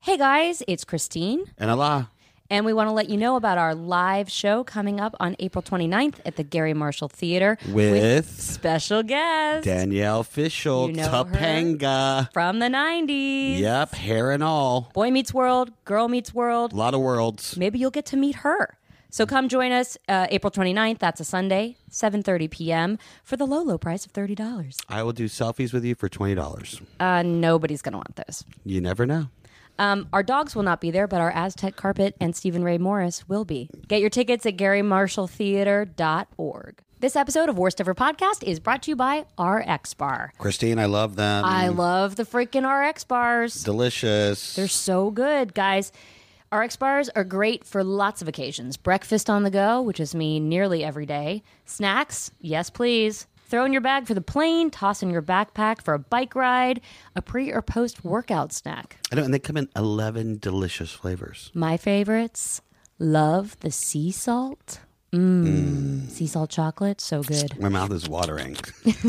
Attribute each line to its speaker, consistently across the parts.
Speaker 1: Hey guys, it's Christine,
Speaker 2: And Allah.
Speaker 1: and we want to let you know about our live show coming up on April 29th at the Gary Marshall Theater
Speaker 2: With
Speaker 1: special guest
Speaker 2: Danielle Fishel,
Speaker 1: You know her?
Speaker 2: Topanga.
Speaker 1: from the 90s.
Speaker 2: Yep, hair and all.
Speaker 1: Boy Meets World, Girl Meets World.
Speaker 2: A lot of worlds.
Speaker 1: Maybe you'll get to meet her. So come join us uh, April 29th, that's a Sunday, 7:30 p.m. for the low low price of $30.
Speaker 2: I will do selfies with you for $20.
Speaker 1: Uh, nobody's going to want those.
Speaker 2: You never know.
Speaker 1: Um, our dogs will not be there, but our Aztec Carpet and Stephen Ray Morris will be. Get your tickets at GaryMarshallTheater.org. This episode of Worst Ever Podcast is brought to you by RX Bar.
Speaker 2: Christine, I love them.
Speaker 1: I love the freaking RX bars.
Speaker 2: Delicious.
Speaker 1: They're so good, guys. RX bars are great for lots of occasions. Breakfast on the go, which is me nearly every day. Snacks, yes, please. Throw in your bag for the plane, toss in your backpack for a bike ride, a pre or post workout snack.
Speaker 2: I know, and they come in 11 delicious flavors.
Speaker 1: My favorites love the sea salt. Mmm,
Speaker 2: Mm.
Speaker 1: sea salt chocolate, so good.
Speaker 2: My mouth is watering.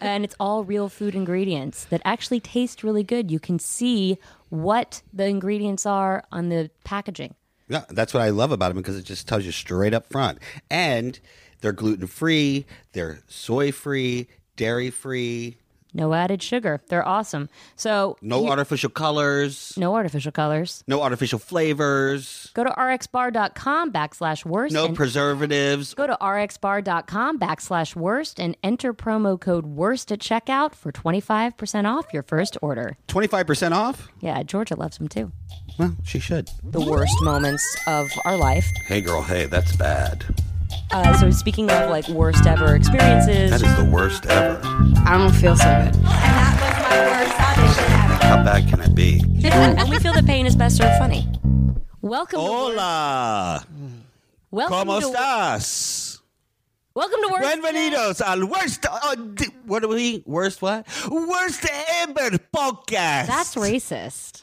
Speaker 1: and it's all real food ingredients that actually taste really good. You can see what the ingredients are on the packaging.
Speaker 2: yeah, that's what I love about them because it just tells you straight up front. And they're gluten free, they're soy free, dairy free,
Speaker 1: No added sugar. They're awesome. So,
Speaker 2: no artificial colors,
Speaker 1: no artificial colors.
Speaker 2: no artificial flavors,
Speaker 1: Go to rxbar.com backslash worst.
Speaker 2: no
Speaker 1: and
Speaker 2: preservatives
Speaker 1: go to rxbar.com backslash worst and enter promo code worst at checkout for 25% off your first order.
Speaker 2: 25% off?
Speaker 1: Yeah, Georgia loves them too.
Speaker 2: Well, she should.
Speaker 1: The worst moments of our life.
Speaker 2: Hey, girl, hey, that's bad.
Speaker 1: Uh, so, speaking of like worst ever experiences,
Speaker 2: is the worst ever.
Speaker 3: I don't feel so good.
Speaker 4: And that was my worst audition ever.
Speaker 2: How bad can it be?
Speaker 1: and we feel the pain is best served funny. Welcome, to,
Speaker 2: Hola,
Speaker 1: welcome,
Speaker 2: Oh, ¿cómo
Speaker 1: to,
Speaker 2: estás?
Speaker 1: welcome to worst.
Speaker 2: Bienvenidos al worst. Uh, d- what are we? Worst what? Worst ever podcast.
Speaker 1: That's racist.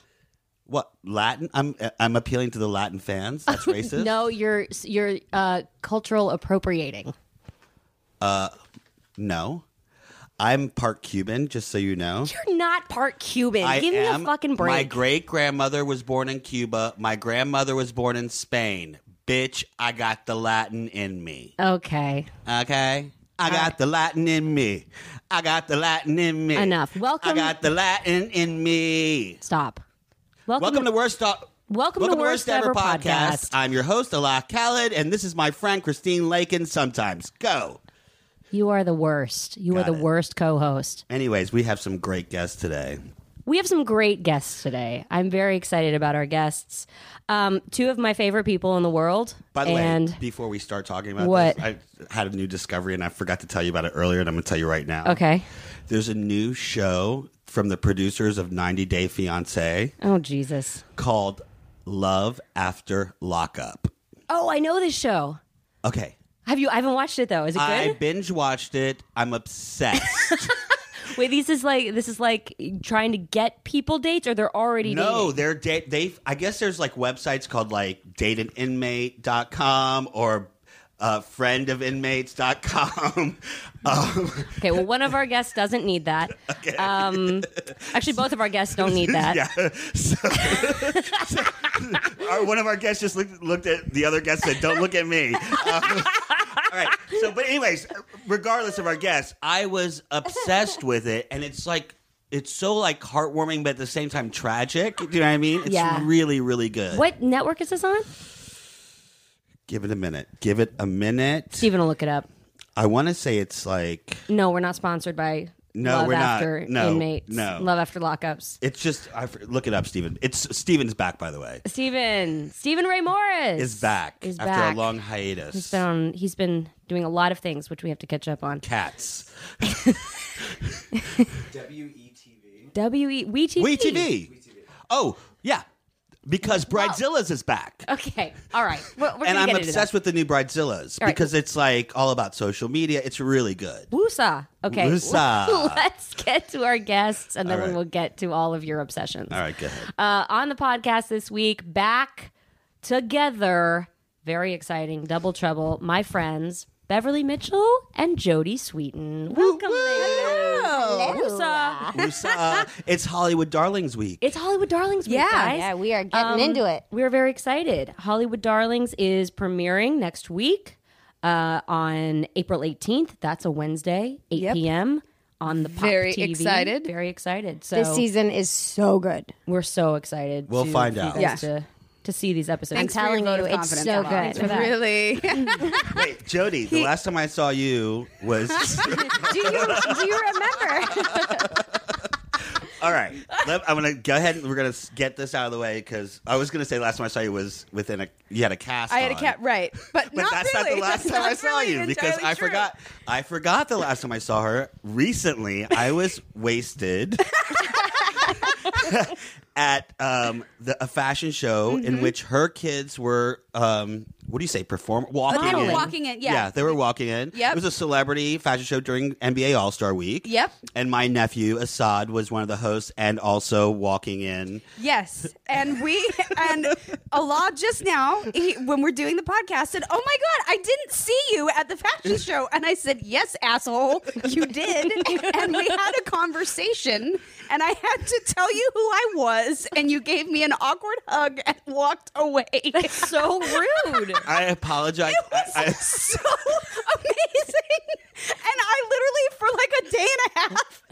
Speaker 2: What Latin? I'm I'm appealing to the Latin fans. That's racist.
Speaker 1: No, you're you're uh, cultural appropriating.
Speaker 2: no. I'm part Cuban, just so you know.
Speaker 1: You're not part Cuban.
Speaker 2: I
Speaker 1: Give
Speaker 2: am.
Speaker 1: me a fucking
Speaker 2: My
Speaker 1: break.
Speaker 2: great grandmother was born in Cuba. My grandmother was born in Spain. Bitch, I got the Latin in me.
Speaker 1: okay.
Speaker 2: Okay. I got the Latin in me. I got the Latin in me.
Speaker 1: Enough. Welcome-
Speaker 2: I got the Latin in me.
Speaker 1: Stop. Welcome,
Speaker 2: Welcome
Speaker 1: to,
Speaker 2: to Worst Do-
Speaker 1: Welcome to Worst Ever Podcast.
Speaker 2: I'm your host, Allah Khaled, and this is my friend Christine Lakin sometimes. Go.
Speaker 1: You are the worst. You are
Speaker 2: Got
Speaker 1: the
Speaker 2: it.
Speaker 1: worst co-host.
Speaker 2: Anyways, we have some great guests today.
Speaker 1: We have some great guests today. I'm very excited about our guests. Um, two of my favorite people in the world.
Speaker 2: By the
Speaker 1: and
Speaker 2: way, before we start talking about
Speaker 1: What?
Speaker 2: this, I had a new discovery and I forgot to tell you about it earlier, and I'm going to tell you right now.
Speaker 1: okay.
Speaker 2: There's a new show from the producers of 90 Day Fiancé
Speaker 1: Oh Jesus.
Speaker 2: called Love After Lockup.
Speaker 1: Oh, I know this show.
Speaker 2: Okay.
Speaker 1: Have you? I haven't watched it though. Is it
Speaker 2: I
Speaker 1: good?
Speaker 2: binge watched it. I'm obsessed.
Speaker 1: Wait, this is like this is like trying to get people dates, or they're already
Speaker 2: no,
Speaker 1: dating?
Speaker 2: they're da- they I guess there's like websites called like dateaninmate.com or uh, friendofinmates.com. um,
Speaker 1: Okay, well, one of our guests doesn't need that. Um, actually, both of our guests don't need that.
Speaker 2: yeah. So, so- our, one of our guests just looked, looked at the other guest and said, "Don't look at me." Um, all right. So, but anyways, regardless of our guests, I was obsessed with it, and it's like it's so like heartwarming, but at the same time tragic. Do you know what I mean? It's
Speaker 1: Yeah.
Speaker 2: really, really good.
Speaker 1: What network is this on?
Speaker 2: Give it a minute. Give it a minute.
Speaker 1: Steven will look it up.
Speaker 2: I want to say it's like
Speaker 1: No, we're not sponsored by
Speaker 2: No,
Speaker 1: Love
Speaker 2: we're not.
Speaker 1: After
Speaker 2: No,
Speaker 1: Inmates.
Speaker 2: no.
Speaker 1: Love After Lockups.
Speaker 2: it's just I f- look it up, Steven. It's Steven's back, by the way.
Speaker 1: Steven. Steven Ray Morris.
Speaker 2: Is back
Speaker 1: Is
Speaker 2: after
Speaker 1: back.
Speaker 2: a long hiatus.
Speaker 1: He's been, on, he's been doing a lot of things, which we have to catch up on.
Speaker 2: Cats.
Speaker 1: W-E- WeTV.
Speaker 2: We TV. Oh, yeah. Because Bridezilla's is back.
Speaker 1: Okay, all right. We're, we're
Speaker 2: and
Speaker 1: gonna
Speaker 2: I'm
Speaker 1: get into that.
Speaker 2: obsessed with the new Bridezilla's
Speaker 1: All right.
Speaker 2: because it's like all about social media. It's really good.
Speaker 1: Woosa. Okay.
Speaker 2: Woosa.
Speaker 1: Let's get to our guests and then
Speaker 2: All right.
Speaker 1: we will get to all of your obsessions.
Speaker 2: All right, go ahead.
Speaker 1: Uh, on the podcast this week, back together. Very exciting. Double trouble. My friends, Beverly Mitchell and Jody Sweeten. Welcome, ladies. Woosa.
Speaker 2: Woosa. uh, it's Hollywood Darlings Week.
Speaker 1: It's Hollywood Darlings week,
Speaker 3: Yeah.
Speaker 1: guys.
Speaker 5: Yeah, we are getting
Speaker 1: Um,
Speaker 5: into it.
Speaker 1: We're very excited. Hollywood Darlings is premiering next week uh, on April 18th. That's a Wednesday, 8
Speaker 3: Yep.
Speaker 1: p.m. on the Pop
Speaker 3: Very
Speaker 1: TV.
Speaker 3: excited.
Speaker 1: Very excited. So
Speaker 5: This season is so good.
Speaker 1: we're so excited.
Speaker 2: We'll
Speaker 1: to-
Speaker 2: find
Speaker 1: for you
Speaker 2: out.
Speaker 1: guys
Speaker 3: Yeah.
Speaker 1: To, to see these episodes.
Speaker 3: Thanks
Speaker 5: I'm
Speaker 3: for your
Speaker 5: telling
Speaker 3: vote
Speaker 5: you,
Speaker 3: of
Speaker 5: it's
Speaker 3: confidence,
Speaker 5: so
Speaker 3: Emma.
Speaker 5: good.
Speaker 3: It's
Speaker 1: for that.
Speaker 3: Really?
Speaker 2: Wait, Jody, the last time I saw you was.
Speaker 5: Do you do you remember?
Speaker 2: All right. Let, I'm going to go ahead and we're going to get this out of the way because I was going to say last time I saw you was within a. You had a cast.
Speaker 3: I had a
Speaker 2: on.
Speaker 3: cat, right? But,
Speaker 2: But
Speaker 3: not
Speaker 2: that's
Speaker 3: really.
Speaker 2: not the last
Speaker 3: That's
Speaker 2: time I
Speaker 3: not
Speaker 2: saw
Speaker 3: really
Speaker 2: you because
Speaker 3: entirely
Speaker 2: I
Speaker 3: true.
Speaker 2: forgot. I forgot the last time I saw her. Recently, I was wasted at um, the, a fashion show
Speaker 3: Mm-hmm.
Speaker 2: in which her kids were. Um, what do you say? Perform walking
Speaker 3: They were
Speaker 2: in.
Speaker 3: walking in, yeah.
Speaker 2: they were walking in.
Speaker 3: Yep.
Speaker 2: it was a celebrity fashion show during NBA All Star Week.
Speaker 3: Yep.
Speaker 2: and my nephew Assad was one of the hosts and also walking in.
Speaker 3: Yes, and we and Allah just now he, when we're doing the podcast said, "Oh my god, I didn't see you at the fashion show," and I said, "Yes, asshole, you did." and we had a conversation, and I had to tell you who I was, and you gave me an awkward hug and walked away.
Speaker 1: That's so rude.
Speaker 2: I apologize.
Speaker 3: It was
Speaker 2: I- I-
Speaker 3: so amazing. And I literally, for like a day and a half,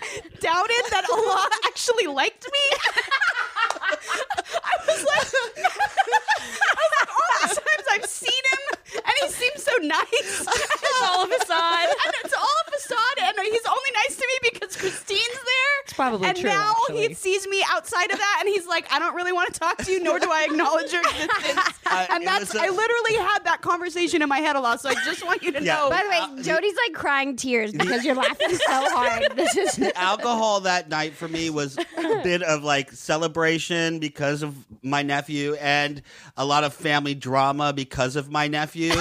Speaker 3: doubted that Allah actually liked me. I was like, I was like, all the times I've seen him, and he seems so nice.
Speaker 1: It's all of a side.
Speaker 3: And it's all a facade, and he's only nice to me because Christine's there. It's
Speaker 1: probably
Speaker 3: and
Speaker 1: true,
Speaker 3: now
Speaker 1: actually.
Speaker 3: he sees me outside of that, and he's like, "I don't really want to talk to you, nor do I acknowledge your existence."
Speaker 2: I-
Speaker 3: and
Speaker 2: it
Speaker 3: that's
Speaker 2: was a-
Speaker 3: I literally had that conversation in my head a lot, so I just want you to
Speaker 2: Yeah.
Speaker 3: know.
Speaker 5: By
Speaker 2: Uh,
Speaker 5: the way, Jody's like crying tears because you're laughing so hard. This is
Speaker 2: alcohol that night for me was a bit of like celebration because of my nephew and a lot of family drama because of my nephew.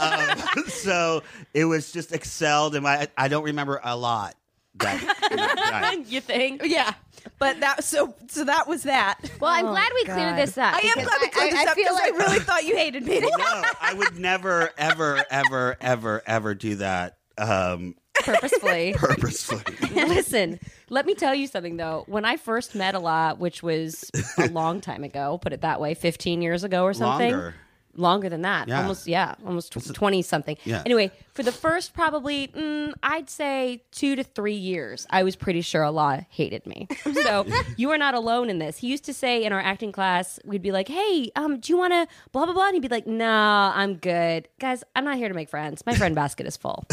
Speaker 2: um, so it was just excelled, and my I don't remember a lot. That, that night.
Speaker 1: you think?
Speaker 3: yeah, but that so so that was that.
Speaker 5: Well, I'm
Speaker 1: Oh,
Speaker 5: glad we
Speaker 1: God.
Speaker 5: cleared this up.
Speaker 3: I am
Speaker 5: because
Speaker 3: glad we cleared this up because I really thought you hated me.
Speaker 2: No, I would never, ever, ever, ever, ever do that um,
Speaker 1: Purposefully.
Speaker 2: purposefully.
Speaker 1: Listen, let me tell you something though. When I first met Ala, which was a long time ago, put it that way, 15 years ago or something.
Speaker 2: Longer.
Speaker 1: Longer than that.
Speaker 2: Yeah.
Speaker 1: Almost, yeah, almost tw- 20 something.
Speaker 2: Yeah.
Speaker 1: Anyway, for the first probably, mm, I'd say two to three years, I was pretty sure Allah hated me. So you are not alone in this. He used to say in our acting class, we'd be like, hey, um, do you want to blah, blah, blah? And he'd be like, no, I'm good. Guys, I'm not here to make friends. My friend basket is full.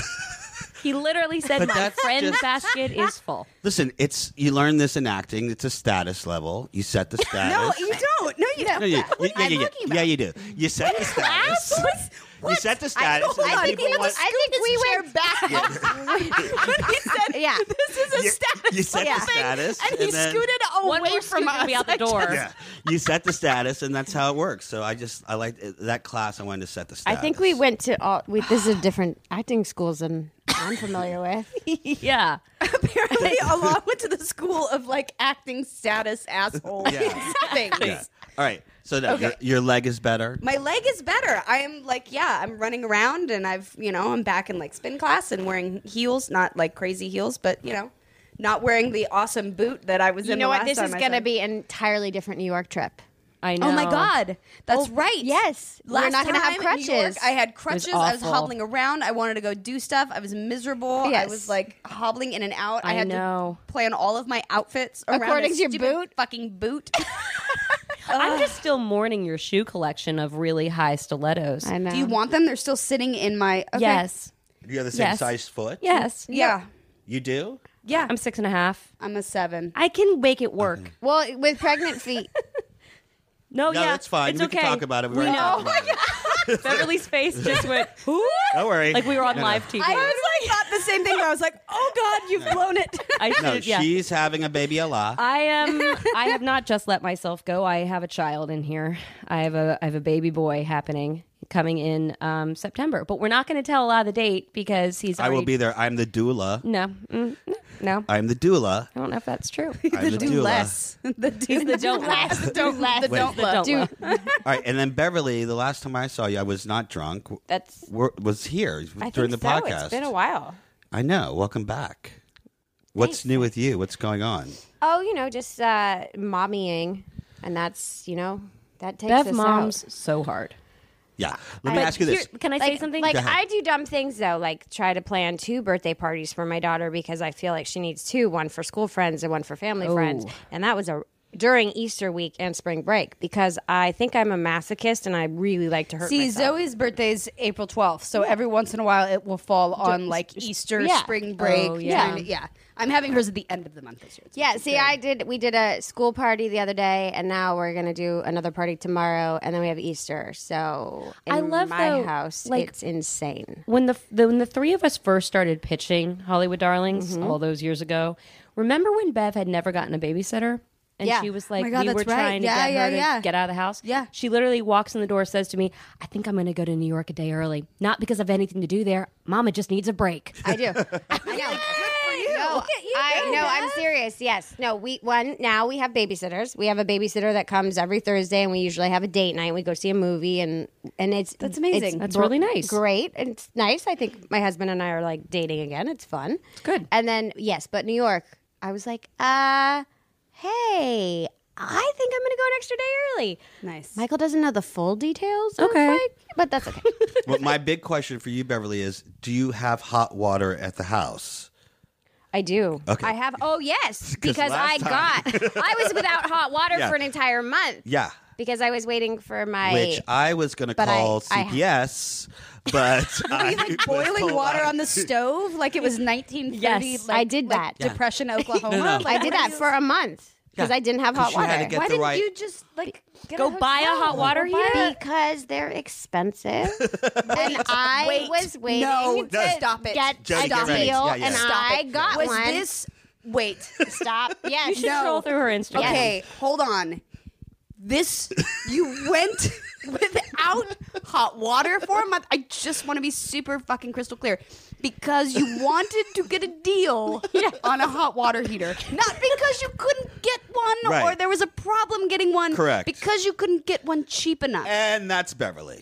Speaker 1: He literally said,
Speaker 2: But
Speaker 1: "My
Speaker 2: that's
Speaker 1: friend
Speaker 2: just-
Speaker 1: basket is full."
Speaker 2: Listen, it's you learn this in acting. It's a status level. You set the status.
Speaker 3: No, you don't. No, you
Speaker 2: No,
Speaker 3: don't.
Speaker 2: you,
Speaker 3: What
Speaker 2: you-
Speaker 3: are
Speaker 2: yeah,
Speaker 3: you
Speaker 2: yeah, yeah.
Speaker 3: talking about?
Speaker 2: Yeah, you do. You set the status. You set the status.
Speaker 3: hold
Speaker 2: and
Speaker 3: on.
Speaker 2: people
Speaker 3: You have a
Speaker 2: want-
Speaker 5: I think we went back.
Speaker 3: He said,
Speaker 5: Yeah.
Speaker 3: this is a
Speaker 2: You-
Speaker 3: status
Speaker 2: you set the
Speaker 3: level thing,"
Speaker 2: status,
Speaker 3: and he
Speaker 2: and then-
Speaker 3: scooted away
Speaker 1: One more
Speaker 3: from
Speaker 1: scoot and
Speaker 3: us.
Speaker 1: be out the
Speaker 3: I just-
Speaker 1: door.
Speaker 2: yeah. You set the status, and that's how it works. So I just I like uh, that class. I wanted to set the
Speaker 5: I
Speaker 2: status.
Speaker 5: think we went to all. We, this is different acting schools than I'm familiar with.
Speaker 1: Yeah.
Speaker 3: apparently Allah went to the school of like acting status asshole
Speaker 2: Yeah.
Speaker 3: things.
Speaker 2: Yeah. All right. So now your, your leg is better.
Speaker 3: My leg is better. I am like, yeah, I'm running around and I've, you know, I'm back in like spin class and wearing heels, not like crazy heels, but you know, not wearing the awesome boot that I was
Speaker 5: You
Speaker 3: in.
Speaker 5: know
Speaker 3: the
Speaker 5: what?
Speaker 3: last
Speaker 5: This
Speaker 3: time
Speaker 5: is
Speaker 3: I
Speaker 5: going to
Speaker 3: saw-
Speaker 5: be an entirely different New York trip.
Speaker 1: I know.
Speaker 3: Oh my god, that's right.
Speaker 5: yes. We're
Speaker 3: Oh, last
Speaker 5: not gonna
Speaker 3: time
Speaker 5: have
Speaker 3: in New York,
Speaker 5: crutches.
Speaker 3: I had crutches. I was
Speaker 1: awful.
Speaker 3: hobbling around. I wanted to go do stuff. I was miserable. I
Speaker 5: Yes.
Speaker 3: was like hobbling in and out. I,
Speaker 1: I
Speaker 3: had
Speaker 1: know.
Speaker 3: to plan all of my outfits around
Speaker 5: According
Speaker 3: a
Speaker 5: to your
Speaker 3: stupid
Speaker 5: boot?
Speaker 3: fucking boot.
Speaker 1: I'm just still mourning your shoe collection of really high stilettos.
Speaker 5: I know.
Speaker 3: Do you want them? They're still sitting in my. Okay.
Speaker 1: Yes.
Speaker 2: You have the same
Speaker 1: Yes.
Speaker 2: size foot.
Speaker 1: Yes.
Speaker 3: Yeah.
Speaker 2: You do.
Speaker 3: Yeah.
Speaker 1: I'm six and a half.
Speaker 3: I'm a seven.
Speaker 1: I can make it work.
Speaker 5: Well, with pregnant feet.
Speaker 1: No,
Speaker 2: Mm-hmm. no,
Speaker 1: yeah,
Speaker 2: that's fine.
Speaker 1: It's
Speaker 2: we
Speaker 1: okay.
Speaker 2: can talk about it.
Speaker 1: We
Speaker 2: already talked
Speaker 1: know.
Speaker 2: about it.
Speaker 1: Beverly's face just went. "Who?"
Speaker 2: Don't worry.
Speaker 1: Like we were on
Speaker 2: No, no.
Speaker 1: live TV.
Speaker 3: I was like, thought the same thing. But I was like, oh god, you've blown it.
Speaker 1: I should.
Speaker 2: No,
Speaker 1: yeah.
Speaker 2: she's having a baby. A lot.
Speaker 1: I am. I have not just let myself go. I have a child in here. I have a. I have a baby boy happening coming in um, September. But we're not going to tell a lot of the date because he's.
Speaker 2: I will
Speaker 1: already-
Speaker 2: be there. I'm the doula.
Speaker 1: No. Mm, no. No. I
Speaker 2: I'm the doula.
Speaker 1: don't know if that's true.
Speaker 2: I'm the
Speaker 3: do less. The do
Speaker 1: the don't less.
Speaker 3: The don't less. The don't
Speaker 1: The
Speaker 3: less.
Speaker 1: don't laugh.
Speaker 2: All right, and then Beverly. The last time I saw you, I was not drunk.
Speaker 5: That's
Speaker 2: Were- was here
Speaker 5: I
Speaker 2: during
Speaker 5: think
Speaker 2: the
Speaker 5: so.
Speaker 2: podcast.
Speaker 5: It's been a while.
Speaker 2: I know. Welcome back. What's new with you? What's going on?
Speaker 5: Oh, you know, just uh, mommying, and that's you know that takes
Speaker 1: Bev
Speaker 5: us
Speaker 1: moms
Speaker 5: out.
Speaker 1: so hard.
Speaker 2: Yeah. Let me ask you this.
Speaker 1: Here- Can I
Speaker 5: Like,
Speaker 1: say something?
Speaker 5: Like
Speaker 2: ahead.
Speaker 5: I do dumb things though, like try to plan two birthday parties for my daughter because I feel like she needs two, one for school friends and one for family friends,
Speaker 1: Oh.
Speaker 5: and that was a during Easter week and spring break because I think I'm a masochist and I really like to hurt
Speaker 3: See,
Speaker 5: myself.
Speaker 3: Zoe's birthday is April 12th, so every once in a while it will fall on like Easter,
Speaker 5: yeah.
Speaker 3: spring break.
Speaker 1: Oh, yeah.
Speaker 3: during- yeah. I'm having hers at the end of the month this year. It's
Speaker 5: Yeah, see, I did. We did a school party the other day, and now we're gonna do another party tomorrow, and then we have Easter. So in
Speaker 1: I love,
Speaker 5: my
Speaker 1: though,
Speaker 5: house.
Speaker 1: like-
Speaker 5: it's insane.
Speaker 1: when the, the when the three of us first started pitching Hollywood Darlings
Speaker 3: Mm-hmm.
Speaker 1: all those years ago, remember when Bev had never gotten a babysitter? And
Speaker 5: Yeah.
Speaker 1: she was
Speaker 5: Oh
Speaker 1: like,
Speaker 3: my God,
Speaker 1: we were
Speaker 3: that's right.
Speaker 1: trying to
Speaker 3: Yeah,
Speaker 1: get
Speaker 3: yeah,
Speaker 1: her to
Speaker 3: yeah.
Speaker 1: get out of the house.
Speaker 3: Yeah.
Speaker 1: She literally walks in the door, says to me, I think I'm going to go to New York a day early. Not because I have anything to do there. Mama just needs a break.
Speaker 5: I do. I know. No, I no, I'm serious. Yes. No, we one now we have babysitters. We have a babysitter that comes every Thursday and we usually have a date night. We go see a movie and and it's That's
Speaker 3: amazing.
Speaker 1: That's really nice.
Speaker 5: Great. It's nice. I think my husband and I are like dating again. It's fun. It's
Speaker 1: good.
Speaker 5: And then yes, but New York, I was like, uh, hey, I think I'm gonna go an extra day early.
Speaker 3: Nice.
Speaker 5: Michael doesn't know the full details. so it's
Speaker 1: Okay.
Speaker 5: like- but that's okay.
Speaker 2: well, my big question for you, Beverly, is: Do you have hot water at the house?
Speaker 5: I do.
Speaker 2: Okay.
Speaker 5: I have. Oh yes, because
Speaker 2: last
Speaker 5: I
Speaker 2: time-
Speaker 5: got. I was without hot water
Speaker 2: Yeah.
Speaker 5: for an entire month.
Speaker 2: Yeah.
Speaker 5: Because I was waiting for my.
Speaker 2: Which I was going to
Speaker 5: but I-
Speaker 2: call
Speaker 5: I-
Speaker 2: CPS, but I
Speaker 3: like
Speaker 2: was
Speaker 3: boiling
Speaker 2: told
Speaker 3: water
Speaker 2: I-
Speaker 3: on the stove like it was 1930.
Speaker 1: Yes,
Speaker 3: like,
Speaker 5: I did
Speaker 3: like,
Speaker 5: that.
Speaker 3: Depression, Oklahoma.
Speaker 2: no.
Speaker 3: Like,
Speaker 5: I did that for a month because
Speaker 2: um, Yeah.
Speaker 5: I didn't have
Speaker 2: 'Cause
Speaker 5: hot
Speaker 2: you had
Speaker 5: water.
Speaker 2: to get
Speaker 3: Why
Speaker 2: the
Speaker 3: didn't
Speaker 2: right-
Speaker 3: you just like get
Speaker 1: Go
Speaker 3: a
Speaker 1: buy a hot
Speaker 3: hotel?
Speaker 1: water
Speaker 3: Go buy
Speaker 1: heater?
Speaker 3: a-
Speaker 5: because they're expensive, and I
Speaker 3: Wait.
Speaker 5: was waiting
Speaker 3: No,
Speaker 5: to
Speaker 2: no.
Speaker 3: Stop it.
Speaker 5: get
Speaker 2: Just
Speaker 5: a
Speaker 2: get
Speaker 5: deal,
Speaker 2: ready. Yeah, yeah.
Speaker 5: and
Speaker 2: Stop
Speaker 5: I got
Speaker 3: Was
Speaker 5: one.
Speaker 3: this wait?
Speaker 5: Stop. Yes.
Speaker 1: You should scroll through her Instagram.
Speaker 3: Okay, hold on. This you went without hot water for a month. I just want to be super fucking crystal clear because you wanted to get a deal on a hot water heater, not because you couldn't get one
Speaker 2: Right.
Speaker 3: or there was a problem getting one.
Speaker 2: Correct.
Speaker 3: Because you couldn't get one cheap enough.
Speaker 2: and that's Beverly.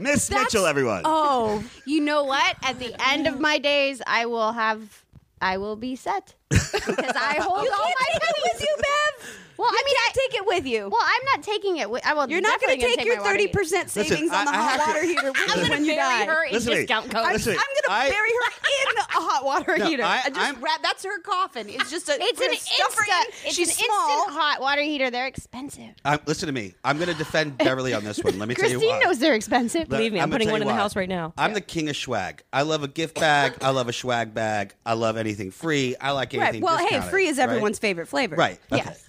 Speaker 2: Miss Mitchell, everyone.
Speaker 3: oh,
Speaker 5: You know what? At the end of my days, I will have. I will be set because I hold all my
Speaker 3: take it with you, Bev.
Speaker 5: Well, I mean, I
Speaker 3: Take it with you.
Speaker 5: Well, I'm not taking it. wi- I will.
Speaker 3: You're not
Speaker 5: going to
Speaker 3: take, your thirty percent
Speaker 2: Listen,
Speaker 3: savings on
Speaker 2: I-
Speaker 3: the
Speaker 2: I
Speaker 3: hot
Speaker 2: have to-
Speaker 3: water heater with you when you die.
Speaker 1: Her in
Speaker 2: Listen to me.
Speaker 1: discount code.
Speaker 2: I'm- Listen,
Speaker 3: I'm gonna
Speaker 2: I-
Speaker 3: bury her in a hot water
Speaker 2: No,
Speaker 3: heater.
Speaker 2: I-
Speaker 3: I, just
Speaker 2: I'm-
Speaker 3: wrap, that's her coffin. It's just a.
Speaker 5: It's
Speaker 3: we're
Speaker 5: an
Speaker 3: gonna stuff her
Speaker 5: instant.
Speaker 3: in.
Speaker 5: It's
Speaker 3: She's
Speaker 5: an
Speaker 3: small.
Speaker 5: instant hot water heater. They're expensive.
Speaker 2: I'm, listen to me. I'm going to defend Beverly on this one. Let me tell you
Speaker 5: Christine
Speaker 2: why.
Speaker 5: knows they're expensive.
Speaker 2: Let-
Speaker 1: Believe me, I'm
Speaker 2: gonna
Speaker 1: putting
Speaker 2: tell
Speaker 1: one in
Speaker 2: you
Speaker 1: the
Speaker 2: why.
Speaker 1: house right now.
Speaker 2: I'm the king of swag. I love a gift bag. I love a swag bag. I love anything free. I like anything.
Speaker 3: Right. Well, hey,
Speaker 2: discounted,
Speaker 3: free is
Speaker 2: right?
Speaker 3: everyone's favorite flavor.
Speaker 2: Right. Okay.
Speaker 3: Yes.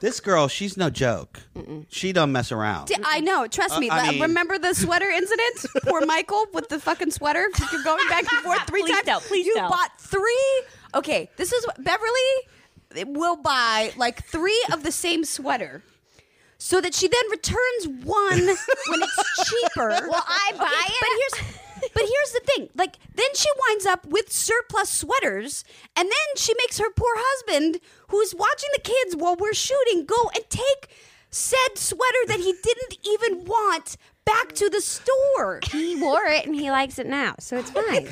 Speaker 2: This girl, she's no joke. She don't mess around.
Speaker 3: D- I know. Trust me.
Speaker 2: Uh, I
Speaker 3: Le-
Speaker 2: mean-
Speaker 3: Remember the sweater incident? Poor Michael with the fucking sweater. You're going back and forth three
Speaker 1: Please
Speaker 3: times.
Speaker 1: don't, please
Speaker 3: you
Speaker 1: don't.
Speaker 3: bought three. Okay, this is what Beverly will buy like three of the same sweater. So that she then returns one when it's cheaper.
Speaker 5: Well, I buy
Speaker 3: Okay,
Speaker 5: it.
Speaker 3: But here's but here's the thing. Like then she winds up with surplus sweaters, and then she makes her poor husband, who's watching the kids while we're shooting, go and take said sweater that he didn't even want back to the store.
Speaker 5: he wore it and he likes it now, so it's fine.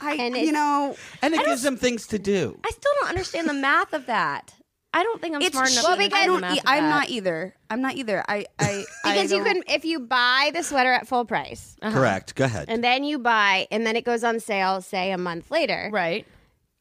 Speaker 3: I,
Speaker 5: And
Speaker 3: you
Speaker 5: it's-
Speaker 3: know,
Speaker 2: and it gives them things to do.
Speaker 1: I still don't understand the math of that. I don't think I'm
Speaker 3: it's
Speaker 1: smart enough
Speaker 5: Well,
Speaker 1: to
Speaker 5: because-
Speaker 1: understand
Speaker 3: I
Speaker 1: the math
Speaker 3: don't. E-
Speaker 1: of
Speaker 3: I'm
Speaker 1: that.
Speaker 3: not either. I'm not either. I. I I
Speaker 5: because you
Speaker 3: don't-
Speaker 5: can, if you buy the sweater at full price
Speaker 2: Correct. Go ahead.
Speaker 5: and then you buy, and then it goes on sale, say a month later,
Speaker 1: right.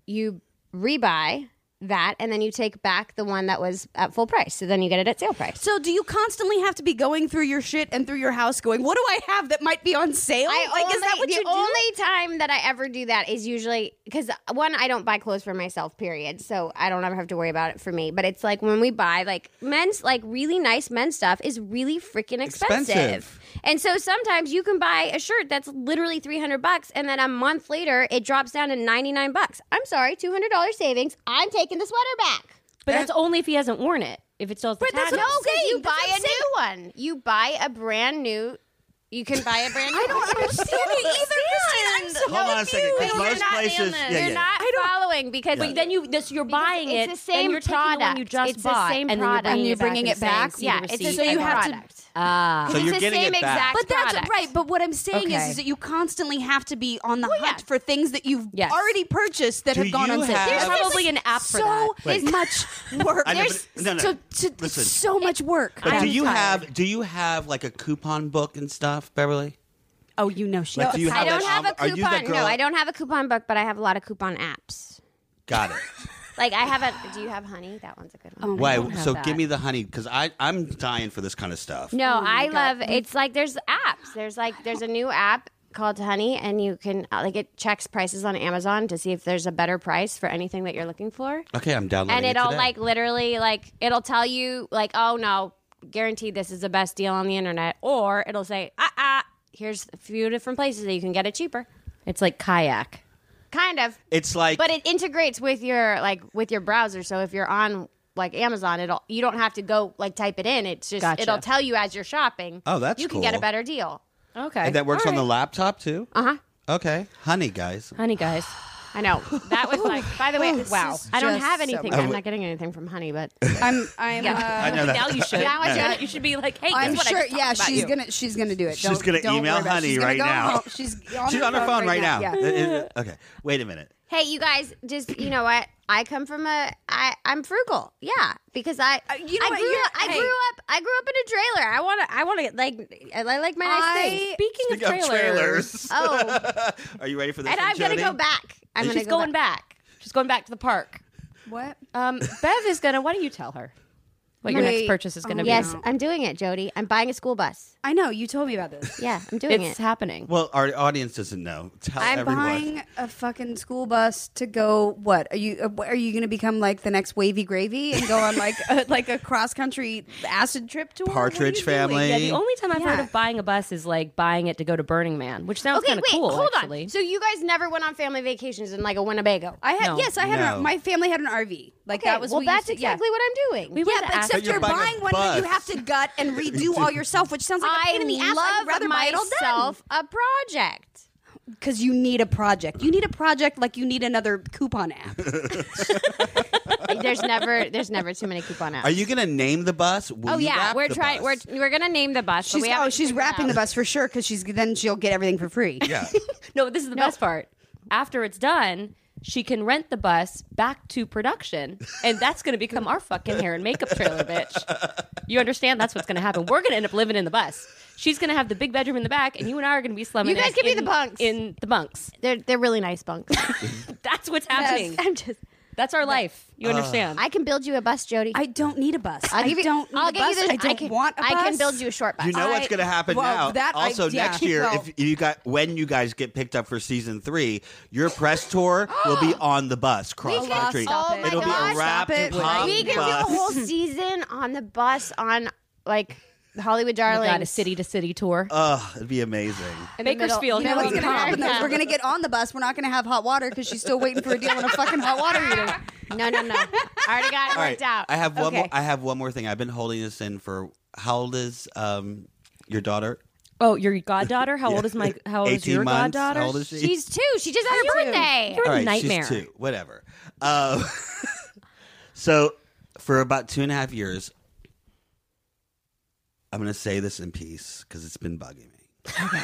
Speaker 5: you rebuy that, and then you take back the one that was at full price. So then you get it at sale price.
Speaker 3: So do you constantly have to be going through your shit and through your house, going, "What do I have that might be on sale?"
Speaker 5: I
Speaker 3: like,
Speaker 5: only,
Speaker 3: is that what
Speaker 5: the
Speaker 3: you do?
Speaker 5: only time that I ever do that is usually because one, I don't buy clothes for myself, period. So I don't ever have to worry about it for me. But it's like when we buy like men's, like really nice men's stuff is really freaking expensive.
Speaker 2: Expensive.
Speaker 5: And so sometimes you can buy a shirt that's literally 300 bucks and then a month later it drops down to 99 bucks. I'm sorry, $200 savings. I'm taking the sweater back.
Speaker 1: But that's only if he hasn't worn it. If it still has the
Speaker 5: No,
Speaker 1: tag on it.
Speaker 5: 'cause you buy a new one. You buy a brand new. You can buy a brand new. I don't understand
Speaker 3: it either, Christine. I'm so
Speaker 2: Hold on a second, 'cause most places- yeah,
Speaker 5: you're
Speaker 2: yeah.
Speaker 5: not following because
Speaker 1: But then you, this, you're buying
Speaker 5: it's
Speaker 1: it.
Speaker 5: the same
Speaker 1: and you're taking the one
Speaker 5: product.
Speaker 1: you just
Speaker 5: It's the
Speaker 1: bought,
Speaker 5: same
Speaker 1: and then you're
Speaker 5: product.
Speaker 1: bringing,
Speaker 5: And
Speaker 3: you're
Speaker 1: it back
Speaker 3: bringing
Speaker 1: and
Speaker 3: it back?
Speaker 1: saying, see
Speaker 5: Yeah,
Speaker 1: the
Speaker 5: it's the
Speaker 1: receipt,
Speaker 5: same
Speaker 1: I bought it.
Speaker 5: product.
Speaker 2: so
Speaker 6: it's
Speaker 2: you're
Speaker 6: the
Speaker 2: getting
Speaker 6: same
Speaker 2: it back.
Speaker 6: exact
Speaker 3: But that's
Speaker 6: product.
Speaker 3: right. But what I'm saying is,
Speaker 1: Okay.
Speaker 3: is that you constantly have to be on the hunt
Speaker 6: yeah.
Speaker 3: for things that you've
Speaker 1: Yes.
Speaker 3: already purchased that
Speaker 2: Do
Speaker 3: have gone
Speaker 2: you
Speaker 3: on sale.
Speaker 2: have-
Speaker 1: There's
Speaker 2: There's
Speaker 1: probably an app for
Speaker 3: so
Speaker 1: that.
Speaker 2: Wait.
Speaker 3: much work.
Speaker 2: I know,
Speaker 3: There's
Speaker 2: but- no, no.
Speaker 3: so- so- it's
Speaker 2: Listen.
Speaker 3: so much work.
Speaker 2: But
Speaker 3: I'm
Speaker 2: do you
Speaker 3: tired.
Speaker 2: have do you have like a coupon book and stuff, Beverly?
Speaker 3: Oh, you know she.
Speaker 2: Like,
Speaker 3: does.
Speaker 2: do you
Speaker 5: I don't
Speaker 2: that
Speaker 5: have a
Speaker 2: envelope- are you that
Speaker 5: coupon. No,
Speaker 2: girl-
Speaker 5: I don't have a coupon book, but I have a lot of coupon apps.
Speaker 2: Got it.
Speaker 5: Like I have a. Do you have honey? That one's a good one.
Speaker 2: Why?
Speaker 1: don't have
Speaker 2: So
Speaker 1: that.
Speaker 2: give me the honey because I I'm dying for this kind of stuff.
Speaker 5: No, I love. It's like there's apps. There's like there's a new app called Honey, and you can uh, like it checks prices on Amazon to see if there's a better price for anything that you're looking for.
Speaker 2: Okay, I'm downloading.
Speaker 5: and
Speaker 2: it
Speaker 5: it'll
Speaker 2: today.
Speaker 5: like literally like it'll tell you like oh no guaranteed this is the best deal on the internet or it'll say ah ah here's a few different places that you can get it cheaper
Speaker 1: It's like kayak.
Speaker 5: kind of
Speaker 2: it's like
Speaker 5: but it integrates with your like with your browser so if you're on like Amazon it'll you don't have to go like type it in it's just
Speaker 1: Gotcha.
Speaker 5: it'll tell you as you're shopping
Speaker 2: Oh, that's
Speaker 5: you can get a
Speaker 2: cool.
Speaker 5: better deal
Speaker 1: Okay.
Speaker 2: and that works on the laptop too.
Speaker 5: uh huh
Speaker 2: Okay, honey, guys.
Speaker 1: Honey, guys.
Speaker 5: I know that was like by the way wow
Speaker 3: is
Speaker 5: I don't
Speaker 3: just
Speaker 5: have
Speaker 3: so
Speaker 5: anything
Speaker 3: bad.
Speaker 5: I'm not getting anything from Honey but
Speaker 3: I'm. I'm. uh,
Speaker 2: I know that.
Speaker 1: Now you should.
Speaker 5: Now I
Speaker 1: Yeah.
Speaker 5: should.
Speaker 1: You should be like, hey,
Speaker 3: I'm
Speaker 1: guess what? I
Speaker 3: sure.
Speaker 1: just
Speaker 3: Yeah,
Speaker 1: talked about
Speaker 3: she's
Speaker 1: you.
Speaker 3: gonna. She's gonna do it.
Speaker 2: She's
Speaker 3: Don't-
Speaker 2: gonna
Speaker 3: don't
Speaker 2: email
Speaker 3: worry about it.
Speaker 2: Honey
Speaker 3: She's gonna
Speaker 2: right
Speaker 3: go
Speaker 2: now.
Speaker 3: home. She's on,
Speaker 2: She's on her phone right now.
Speaker 3: Yeah.
Speaker 2: It- it- Okay, wait a minute.
Speaker 5: Hey, you guys, just you know what? I come from a I I'm frugal. Yeah, because I
Speaker 3: Uh, you know
Speaker 5: I
Speaker 3: what?
Speaker 5: grew
Speaker 3: You're-
Speaker 5: up I
Speaker 3: hey.
Speaker 5: grew up I grew up in a trailer. I want to I want to like I, I like my nice
Speaker 3: I-
Speaker 5: things.
Speaker 1: Speaking,
Speaker 2: Speaking
Speaker 1: of trailers,
Speaker 5: Oh,
Speaker 2: Are you ready for this?
Speaker 5: and
Speaker 2: one,
Speaker 5: I'm gonna
Speaker 2: Jody?
Speaker 5: go back. I'm gonna
Speaker 1: she's
Speaker 5: go
Speaker 1: going back. She's going back to the park.
Speaker 3: What?
Speaker 1: Um, Bev is gonna. Why don't you tell her what your next
Speaker 3: Wait.
Speaker 1: purchase is gonna
Speaker 3: Oh,
Speaker 1: be?
Speaker 5: Yes,
Speaker 3: No.
Speaker 5: I'm doing it, Jody. I'm buying a school bus.
Speaker 3: I know. You told me about this.
Speaker 5: Yeah, I'm doing
Speaker 1: it's
Speaker 5: it.
Speaker 1: happening.
Speaker 2: Well, our audience doesn't know. Tell
Speaker 3: I'm
Speaker 2: everyone.
Speaker 3: buying a fucking school bus to go. What are you? uh, Are you going to become like the next Wavy Gravy and go on like a, like a cross country acid trip tour? What are
Speaker 2: Partridge
Speaker 3: you doing?
Speaker 2: Family.
Speaker 1: yeah, the only time I've
Speaker 3: Yeah.
Speaker 1: heard of buying a bus is like buying it to go to Burning Man, which sounds
Speaker 5: Okay,
Speaker 1: kind of
Speaker 5: wait,
Speaker 1: cool.
Speaker 5: hold
Speaker 1: actually.
Speaker 5: on. So you guys never went on family vacations in like a Winnebago?
Speaker 3: I had
Speaker 1: No.
Speaker 3: yes, I had
Speaker 2: No.
Speaker 3: an, my family had an RV. Like
Speaker 5: Okay,
Speaker 3: that was
Speaker 5: well,
Speaker 3: we used
Speaker 5: that's
Speaker 3: to- yeah.
Speaker 5: exactly what I'm doing.
Speaker 1: we went to
Speaker 3: Yeah, but
Speaker 1: Aspen.
Speaker 3: except you're,
Speaker 2: you're buying a
Speaker 3: buying one that you
Speaker 2: bus.
Speaker 3: have to gut and redo all yourself, which sounds like a pain in the ass. I'd
Speaker 5: I
Speaker 3: rather
Speaker 5: love
Speaker 3: buy it all done
Speaker 5: myself a project.
Speaker 3: because you need a project. You need a project like you need another coupon app.
Speaker 5: There's never there's never too many coupon apps.
Speaker 2: Are you gonna name the bus? Will
Speaker 5: Oh
Speaker 2: you
Speaker 5: yeah,
Speaker 2: wrap
Speaker 5: we're
Speaker 2: the
Speaker 5: trying. We're
Speaker 2: bus?
Speaker 5: we're gonna name the bus.
Speaker 3: She's,
Speaker 5: but we
Speaker 3: oh,
Speaker 5: haven't
Speaker 3: she's
Speaker 5: figured it
Speaker 3: wrapping
Speaker 5: out.
Speaker 3: the bus for sure because she's then she'll get everything for free.
Speaker 2: yeah.
Speaker 1: No, this is the best part. After it's done, she can rent the bus back to production, and that's going to become our fucking hair and makeup trailer, bitch. You understand? That's what's going to happen. We're going to end up living in the bus. She's going to have the big bedroom in the back, and you and I are going to be slumming.
Speaker 5: You guys
Speaker 1: it
Speaker 5: can be
Speaker 1: in-
Speaker 5: the bunks.
Speaker 1: in the bunks.
Speaker 5: They're they're really nice bunks.
Speaker 1: That's what's happening.
Speaker 5: I'm just.
Speaker 1: That's our life.
Speaker 2: Uh,
Speaker 1: You understand?
Speaker 5: I can build you a bus, Jody.
Speaker 3: I don't need a bus. I
Speaker 5: I'll give you-
Speaker 3: don't need
Speaker 5: I'll
Speaker 3: a
Speaker 5: get you
Speaker 3: bus.
Speaker 5: the-
Speaker 3: I don't
Speaker 5: can,
Speaker 3: want a bus.
Speaker 5: I can build you a short bus.
Speaker 2: You know
Speaker 3: I-
Speaker 2: what's going to happen
Speaker 3: well,
Speaker 2: now.
Speaker 3: that I-
Speaker 2: also,
Speaker 3: yeah.
Speaker 2: next year,
Speaker 3: Well-
Speaker 2: if you got when you guys get picked up for season three, your press tour will be on the bus cross
Speaker 5: can-
Speaker 2: country.
Speaker 5: Stop it.
Speaker 2: It'll
Speaker 5: Oh
Speaker 2: be
Speaker 5: my
Speaker 2: a
Speaker 5: gosh.
Speaker 2: wrapped
Speaker 3: Stop it.
Speaker 2: pop
Speaker 5: we can
Speaker 2: bus.
Speaker 5: do a whole season on the bus on like Hollywood
Speaker 3: Oh
Speaker 1: I
Speaker 5: Darling.
Speaker 1: got a city to city tour.
Speaker 2: Ugh, it'd be amazing.
Speaker 1: Bakersfield.
Speaker 3: You
Speaker 1: here
Speaker 3: know what's
Speaker 1: we
Speaker 3: going to
Speaker 1: come.
Speaker 3: happen? though?
Speaker 5: Yeah.
Speaker 3: We're going to get on the bus. We're not going to have hot water because she's still waiting for a deal on a fucking hot water heater.
Speaker 5: No, no, no. I already got it
Speaker 2: All right,
Speaker 5: worked out.
Speaker 2: I have one
Speaker 3: Okay.
Speaker 2: more. I have one more thing. I've been holding this in for how old is um your daughter?
Speaker 1: Oh, your goddaughter? How old is my? How old is
Speaker 2: 18
Speaker 1: your
Speaker 2: months?
Speaker 1: goddaughter?
Speaker 2: How old is she?
Speaker 5: She's two. She just had her birthday.
Speaker 1: You're a
Speaker 2: All right,
Speaker 1: nightmare.
Speaker 2: She's two, whatever. Um, so, for about two and a half years, I'm going to say this in peace because it's been bugging me.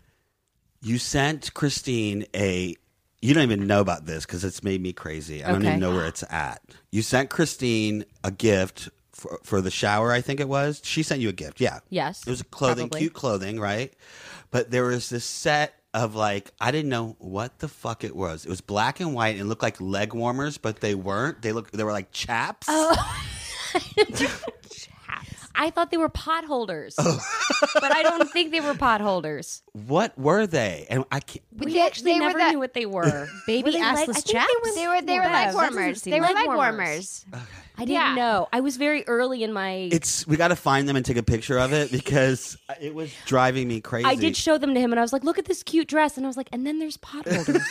Speaker 2: you sent Christine a. You don't even know about this because it's made me crazy. I don't
Speaker 1: Okay.
Speaker 2: even know where it's at. You sent Christine a gift for, for the shower, I think it was. She sent you a gift. Yeah.
Speaker 1: Yes,
Speaker 2: It was clothing,
Speaker 1: probably.
Speaker 2: cute clothing, right? But there was this set of like I didn't know what the fuck it was. It was black and white and looked like leg warmers, but they weren't. They look they were like chaps.
Speaker 1: Oh. I thought they were pot holders, but I don't think they were pot holders.
Speaker 2: What were they? And I can't
Speaker 1: We
Speaker 5: They-
Speaker 1: actually
Speaker 5: they were
Speaker 1: never
Speaker 5: the-
Speaker 1: knew what they were. Baby
Speaker 3: they
Speaker 1: assless
Speaker 3: leg- I
Speaker 1: chaps.
Speaker 3: think they were-
Speaker 5: They were they
Speaker 1: Yeah,
Speaker 5: were leg
Speaker 1: that doesn't
Speaker 5: warmers.
Speaker 1: seem
Speaker 5: They were
Speaker 1: like-
Speaker 5: leg
Speaker 1: Leg
Speaker 5: warmers.
Speaker 1: I didn't
Speaker 5: Yeah.
Speaker 1: know. I was very early in my.
Speaker 2: it's we got to find them and take a picture of it because it was driving me crazy.
Speaker 1: I did show them to him, and I was like, "Look at this cute dress," and I was like, "And then there's pot holders." Does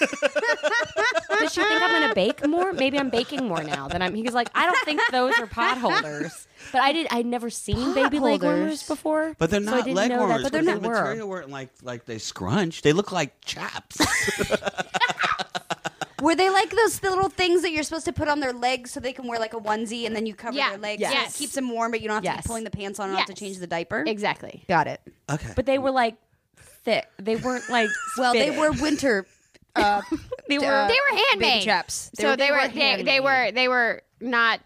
Speaker 1: she think I'm going to bake more? Maybe I'm baking more now than I'm. He's like, "I don't think those are pot holders." But I did. I'd never seen baby leg
Speaker 3: holders?
Speaker 1: warmers before,
Speaker 2: but they're
Speaker 1: so
Speaker 2: not
Speaker 1: I didn't
Speaker 2: leg
Speaker 1: know
Speaker 2: warmers.
Speaker 1: That, but they're
Speaker 2: the
Speaker 1: not.
Speaker 2: material weren't like like they scrunched. They look like chaps.
Speaker 3: Were they like those little things that you're supposed to put on their legs so they can wear like a onesie and then you cover
Speaker 5: Yeah.
Speaker 3: their legs?
Speaker 5: Yes.
Speaker 3: so it keeps them warm, but you don't have to
Speaker 1: Yes.
Speaker 3: be pulling the pants on and not have
Speaker 5: Yes.
Speaker 3: to change the diaper.
Speaker 5: Exactly.
Speaker 3: Got it.
Speaker 2: Okay.
Speaker 1: But they were like thick. They weren't like
Speaker 3: Well, they
Speaker 1: fitted.
Speaker 3: were winter. Uh,
Speaker 1: They were.
Speaker 3: uh,
Speaker 5: They were handmade.
Speaker 3: baby traps.
Speaker 5: so they, were they, they
Speaker 1: handmade.
Speaker 5: were they were not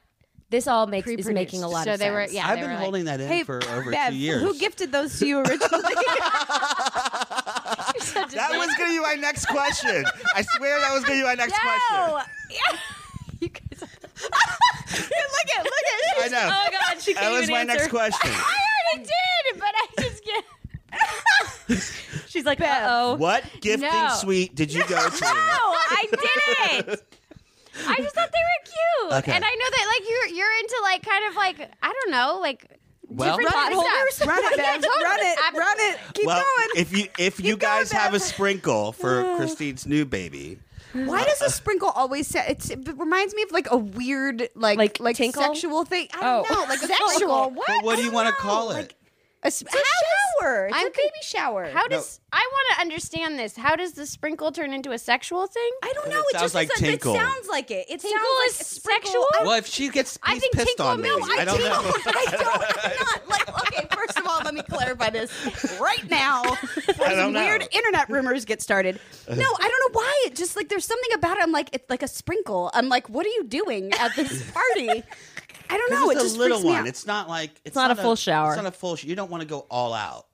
Speaker 1: this all makes is
Speaker 5: pre-produced.
Speaker 1: making a lot
Speaker 5: so
Speaker 1: of
Speaker 5: they
Speaker 1: sense.
Speaker 5: Were, yeah,
Speaker 2: I've
Speaker 5: they
Speaker 2: been
Speaker 5: were like-
Speaker 2: holding that in for over
Speaker 3: Bev,
Speaker 2: two years.
Speaker 3: who gifted those to you originally?
Speaker 2: that was going to be my next question. I swear that was going to be my next question.
Speaker 5: You guys-
Speaker 3: look at, look at.
Speaker 2: I know.
Speaker 1: Oh my god, she can't
Speaker 2: that was
Speaker 1: even
Speaker 2: my
Speaker 1: answer.
Speaker 2: next question.
Speaker 5: I already did, but I just get.
Speaker 1: She's like, uh oh.
Speaker 2: What gifting
Speaker 5: No.
Speaker 2: suite did you go to?
Speaker 5: No, I didn't. I just thought they were cute,
Speaker 2: Okay.
Speaker 5: and I know that like you're you're into like kind of like I don't know like
Speaker 2: Well-
Speaker 5: different
Speaker 3: Run it,
Speaker 5: stuff.
Speaker 3: holders. Run it,
Speaker 5: Yeah,
Speaker 3: Bev.
Speaker 5: totally.
Speaker 3: Run it.
Speaker 5: I'm-
Speaker 3: Run it. Keep
Speaker 2: well,
Speaker 3: going.
Speaker 2: if you if you
Speaker 3: going,
Speaker 2: guys have a
Speaker 3: Beth.
Speaker 2: sprinkle for Christine's new baby,
Speaker 3: Why does a sprinkle always say it's, it reminds me of like a weird like
Speaker 1: Like
Speaker 3: like,
Speaker 1: tinkle?
Speaker 3: sexual thing? I don't
Speaker 1: Oh.
Speaker 3: know, like a
Speaker 5: Sexual.
Speaker 3: sprinkle.
Speaker 5: What?
Speaker 2: but what do you want to call it?
Speaker 3: A, s- it's a shower. It's
Speaker 5: I'm
Speaker 3: a baby shower.
Speaker 5: How does I want to understand this? How does the sprinkle turn into a sexual thing?
Speaker 3: I don't
Speaker 2: It
Speaker 3: know. It,
Speaker 2: sounds
Speaker 3: just
Speaker 2: like
Speaker 3: it's a-
Speaker 2: tinkle.
Speaker 3: It sounds like it. It
Speaker 5: Tinkle
Speaker 3: sounds
Speaker 5: is
Speaker 3: like a sprinkle.
Speaker 5: sexual?
Speaker 3: I-
Speaker 2: Well, if she gets
Speaker 5: I
Speaker 2: he's
Speaker 5: think
Speaker 2: pissed
Speaker 5: Tinkle
Speaker 2: on me,
Speaker 5: Mill-
Speaker 2: I don't
Speaker 3: tinkle.
Speaker 2: know.
Speaker 3: I don't. I'm not like. Okay, first of all, let me clarify this right now.
Speaker 5: Oh
Speaker 3: Before
Speaker 2: I don't
Speaker 3: some
Speaker 2: know.
Speaker 3: weird internet rumors get started. No, I don't know why. It just like there's something about it. I'm like it's like a sprinkle. I'm like, what are you doing at this party? I don't know.
Speaker 2: Because it's
Speaker 3: it just
Speaker 2: a little
Speaker 3: freaks me
Speaker 2: one.
Speaker 3: out.
Speaker 2: It's not like it's,
Speaker 1: not a full shower.
Speaker 2: It's not a full. Sh- you don't want to go all out.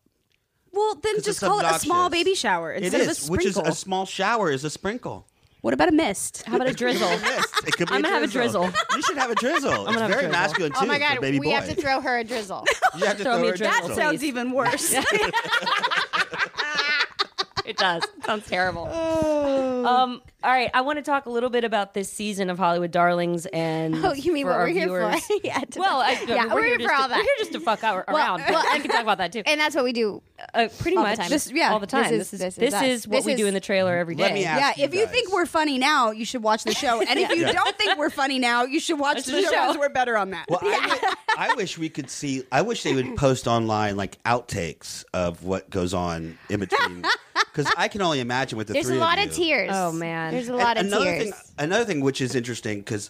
Speaker 3: Well, then
Speaker 2: 'Cause
Speaker 3: just
Speaker 2: it's
Speaker 3: call it a
Speaker 2: obnoxious.
Speaker 3: small baby shower
Speaker 2: It
Speaker 3: instead of a
Speaker 2: is, which is
Speaker 3: sprinkle.
Speaker 2: a small shower is a sprinkle.
Speaker 3: what about a mist?
Speaker 1: How about a drizzle?
Speaker 2: It is. It could be
Speaker 1: I'm gonna have a drizzle.
Speaker 2: You should have a drizzle. it's
Speaker 1: have a
Speaker 2: very
Speaker 1: drizzle.
Speaker 2: masculine too
Speaker 5: Oh my
Speaker 2: for
Speaker 5: god,
Speaker 2: baby
Speaker 5: we
Speaker 2: boy.
Speaker 5: have to throw her a drizzle.
Speaker 2: you have to
Speaker 1: Throw
Speaker 2: throw
Speaker 1: me
Speaker 2: her
Speaker 1: a drizzle.
Speaker 2: drizzle.
Speaker 3: Sounds even worse.
Speaker 1: it does. Sounds terrible.
Speaker 2: Oh.
Speaker 1: Um, all right, I want to talk a little bit about this season of Hollywood Darlings and
Speaker 5: oh, you mean
Speaker 1: for
Speaker 5: what
Speaker 1: our
Speaker 5: we're here
Speaker 1: viewers.
Speaker 5: for? yeah, to-
Speaker 1: Well, I,
Speaker 5: yeah, we're, here,
Speaker 1: just
Speaker 5: for all
Speaker 1: to,
Speaker 5: that.
Speaker 1: We're here just to fuck out, around.
Speaker 5: well,
Speaker 1: I can talk about that too.
Speaker 5: and that's what we do.
Speaker 1: Uh, pretty
Speaker 5: all the
Speaker 1: much,
Speaker 5: time.
Speaker 1: This,
Speaker 3: yeah,
Speaker 1: all the
Speaker 3: this
Speaker 1: time. This
Speaker 5: is-
Speaker 1: is
Speaker 5: this
Speaker 1: this
Speaker 5: is
Speaker 1: is,
Speaker 5: us.
Speaker 1: what
Speaker 5: This
Speaker 1: we do
Speaker 5: is-
Speaker 1: in the trailer every day.
Speaker 2: Let me ask
Speaker 3: yeah,
Speaker 2: you
Speaker 3: if you
Speaker 2: guys.
Speaker 3: think we're funny now, you should watch the show. And if you don't think we're funny now, you should watch the,
Speaker 1: the show.
Speaker 3: show because we're better on that.
Speaker 2: Well, I, wi- I wish we could see. I wish they would post online like outtakes of what goes on in between, because I can only imagine with the
Speaker 5: There's a
Speaker 2: three
Speaker 5: lot
Speaker 2: of,
Speaker 5: of
Speaker 2: you.
Speaker 5: tears.
Speaker 1: Oh, man.
Speaker 5: there's a
Speaker 1: And
Speaker 5: lot of
Speaker 2: another
Speaker 5: tears.
Speaker 2: thing, another thing which is interesting because,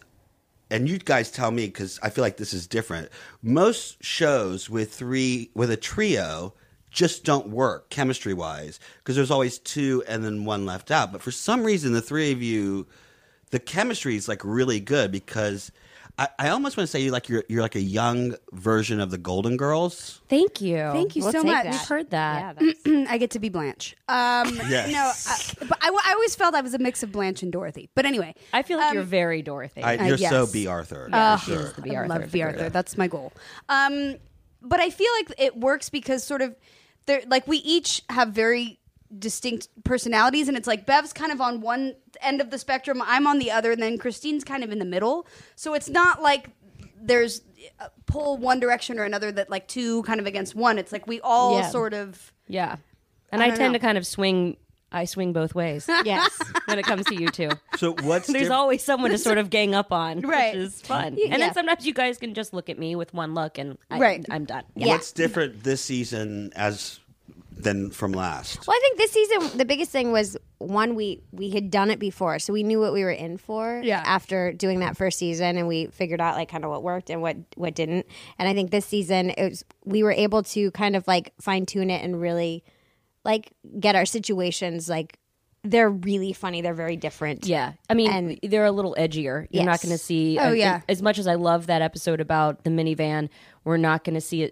Speaker 2: and you guys tell me because I feel like this is different. Most shows with three with a trio just don't work chemistry wise because there's always two and then one left out. But for some reason, the three of you, the chemistry is like really good because. I, I almost want to say you like you're you're like a young version of the Golden Girls.
Speaker 1: Thank you.
Speaker 3: Thank you
Speaker 5: We'll
Speaker 3: so
Speaker 5: take
Speaker 3: much.
Speaker 5: that.
Speaker 1: We've heard
Speaker 5: Yeah,
Speaker 1: that.
Speaker 5: that's-
Speaker 3: I get to be Blanche. Um,
Speaker 2: Yes.
Speaker 3: No, I, but I, I always felt I was a mix of Blanche and Dorothy. But anyway,
Speaker 1: I feel like you're
Speaker 5: Um,
Speaker 1: very Dorothy.
Speaker 2: I, you're so
Speaker 3: Uh, yes.
Speaker 2: B Arthur. for sure.
Speaker 1: to be
Speaker 3: I
Speaker 1: Arthur.
Speaker 3: love
Speaker 1: It's
Speaker 3: B.
Speaker 1: a
Speaker 3: Arthur.
Speaker 1: great-
Speaker 3: That's my goal. Um, but I feel like it works because sort of, they're, like we each have very distinct personalities, and it's like Bev's kind of on one end of the spectrum, I'm on the other, and then Christine's kind of in the middle. So it's not like there's uh, pull one direction or another that like two kind of against one. It's like we all
Speaker 1: Yeah.
Speaker 3: sort of.
Speaker 1: Yeah, and I,
Speaker 3: don't
Speaker 1: tend
Speaker 3: know.
Speaker 1: to kind of swing. I swing both ways
Speaker 5: yes,
Speaker 1: when it comes to you two.
Speaker 2: So what's
Speaker 1: There's
Speaker 2: diff-
Speaker 1: always someone to sort of gang up on,
Speaker 3: Right.
Speaker 1: which is fun. And
Speaker 5: yeah.
Speaker 1: then sometimes you guys can just look at me with one look, and I,
Speaker 3: Right.
Speaker 1: I'm done.
Speaker 5: yeah.
Speaker 2: what's different this season as than from last?
Speaker 5: Well, I think this season the biggest thing was one we we had done it before, so we knew what we were in for.
Speaker 3: Yeah.
Speaker 5: After doing that first season, and we figured out like kind of what worked and what what didn't. And I think this season it was we were able to kind of like fine tune it and really like get our situations like they're really funny. They're very different.
Speaker 1: Yeah, I mean
Speaker 5: And-
Speaker 1: they're a little edgier. You're not
Speaker 5: Yes.
Speaker 1: going to see.
Speaker 3: Oh,
Speaker 1: I-
Speaker 3: yeah.
Speaker 1: As much as I love that episode about the minivan, we're not going to see a,